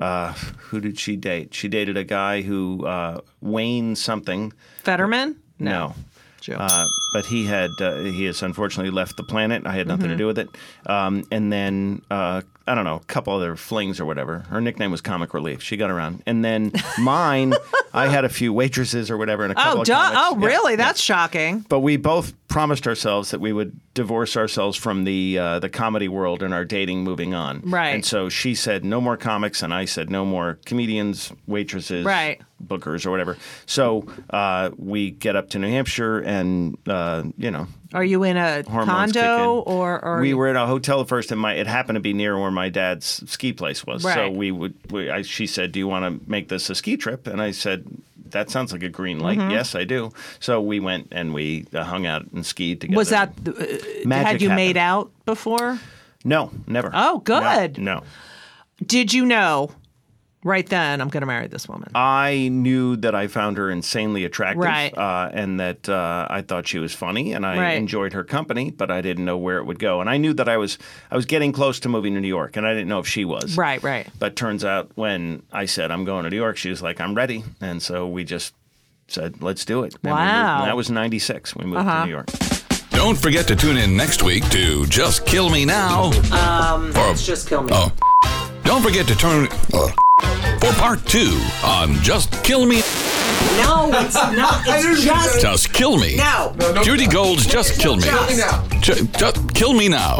[SPEAKER 3] Uh, who did she date? She dated a guy who uh, Wayne something.
[SPEAKER 2] Fetterman?
[SPEAKER 3] No.
[SPEAKER 2] Joe.
[SPEAKER 3] Uh, but he had uh, he has unfortunately left the planet. I had nothing
[SPEAKER 2] Mm-hmm.
[SPEAKER 3] to do with it. Um, and then uh, I don't know, a couple other flings or whatever. Her nickname was Comic Relief. She got around. And then mine, I had a few waitresses or whatever, and a couple
[SPEAKER 2] oh,
[SPEAKER 3] of
[SPEAKER 2] duh.
[SPEAKER 3] comics.
[SPEAKER 2] Oh,
[SPEAKER 3] Yeah,
[SPEAKER 2] really?
[SPEAKER 3] yeah.
[SPEAKER 2] That's shocking.
[SPEAKER 3] But we both promised ourselves that we would divorce ourselves from the uh, the comedy world and our dating moving on.
[SPEAKER 2] Right.
[SPEAKER 3] And so she said no more comics, and I said no more comedians, waitresses,
[SPEAKER 2] Right.
[SPEAKER 3] bookers, or whatever. So uh, we get up to New Hampshire, and uh, you know,
[SPEAKER 2] Are you in a
[SPEAKER 3] hormones kick
[SPEAKER 2] condo
[SPEAKER 3] in.
[SPEAKER 2] or, or
[SPEAKER 3] we were in a hotel at first, and my it happened to be near where my dad's ski place was. So
[SPEAKER 2] Right.
[SPEAKER 3] we would. We, I, she said, "Do you want to make this a ski trip?" And I said, "That sounds like a green light."
[SPEAKER 2] Mm-hmm.
[SPEAKER 3] Yes, I do. So we went and we uh, hung out and skied together.
[SPEAKER 2] was that, uh,
[SPEAKER 3] Magic
[SPEAKER 2] had you made
[SPEAKER 3] happened.
[SPEAKER 2] out before?
[SPEAKER 3] No, never.
[SPEAKER 2] Oh, good.
[SPEAKER 3] No, no.
[SPEAKER 2] Did you know right then I'm going to marry this woman?
[SPEAKER 3] Uh, I knew that I found her insanely attractive,
[SPEAKER 2] Right.
[SPEAKER 3] uh, and that uh, I thought she was funny, and I
[SPEAKER 2] Right.
[SPEAKER 3] enjoyed her company, but I didn't know where it would go. And I knew that I was I was getting close to moving to New York, and I didn't know if she was.
[SPEAKER 2] right, right.
[SPEAKER 3] But turns out when I said I'm going to New York, she was like, "I'm ready," and so we just said, "Let's do it." And we moved-
[SPEAKER 2] Wow.
[SPEAKER 3] that was '96. We moved to New York.
[SPEAKER 4] Don't forget to tune in next week to Just Kill Me Now. Um, for,
[SPEAKER 2] Just kill me.
[SPEAKER 4] Oh. Don't forget to turn uh, for part two on Just Kill Me.
[SPEAKER 2] No, it's not. It's just
[SPEAKER 4] Just Kill Me.
[SPEAKER 2] no.
[SPEAKER 4] Judy Gold's Just Kill Me. Ju- Just Kill Me Now.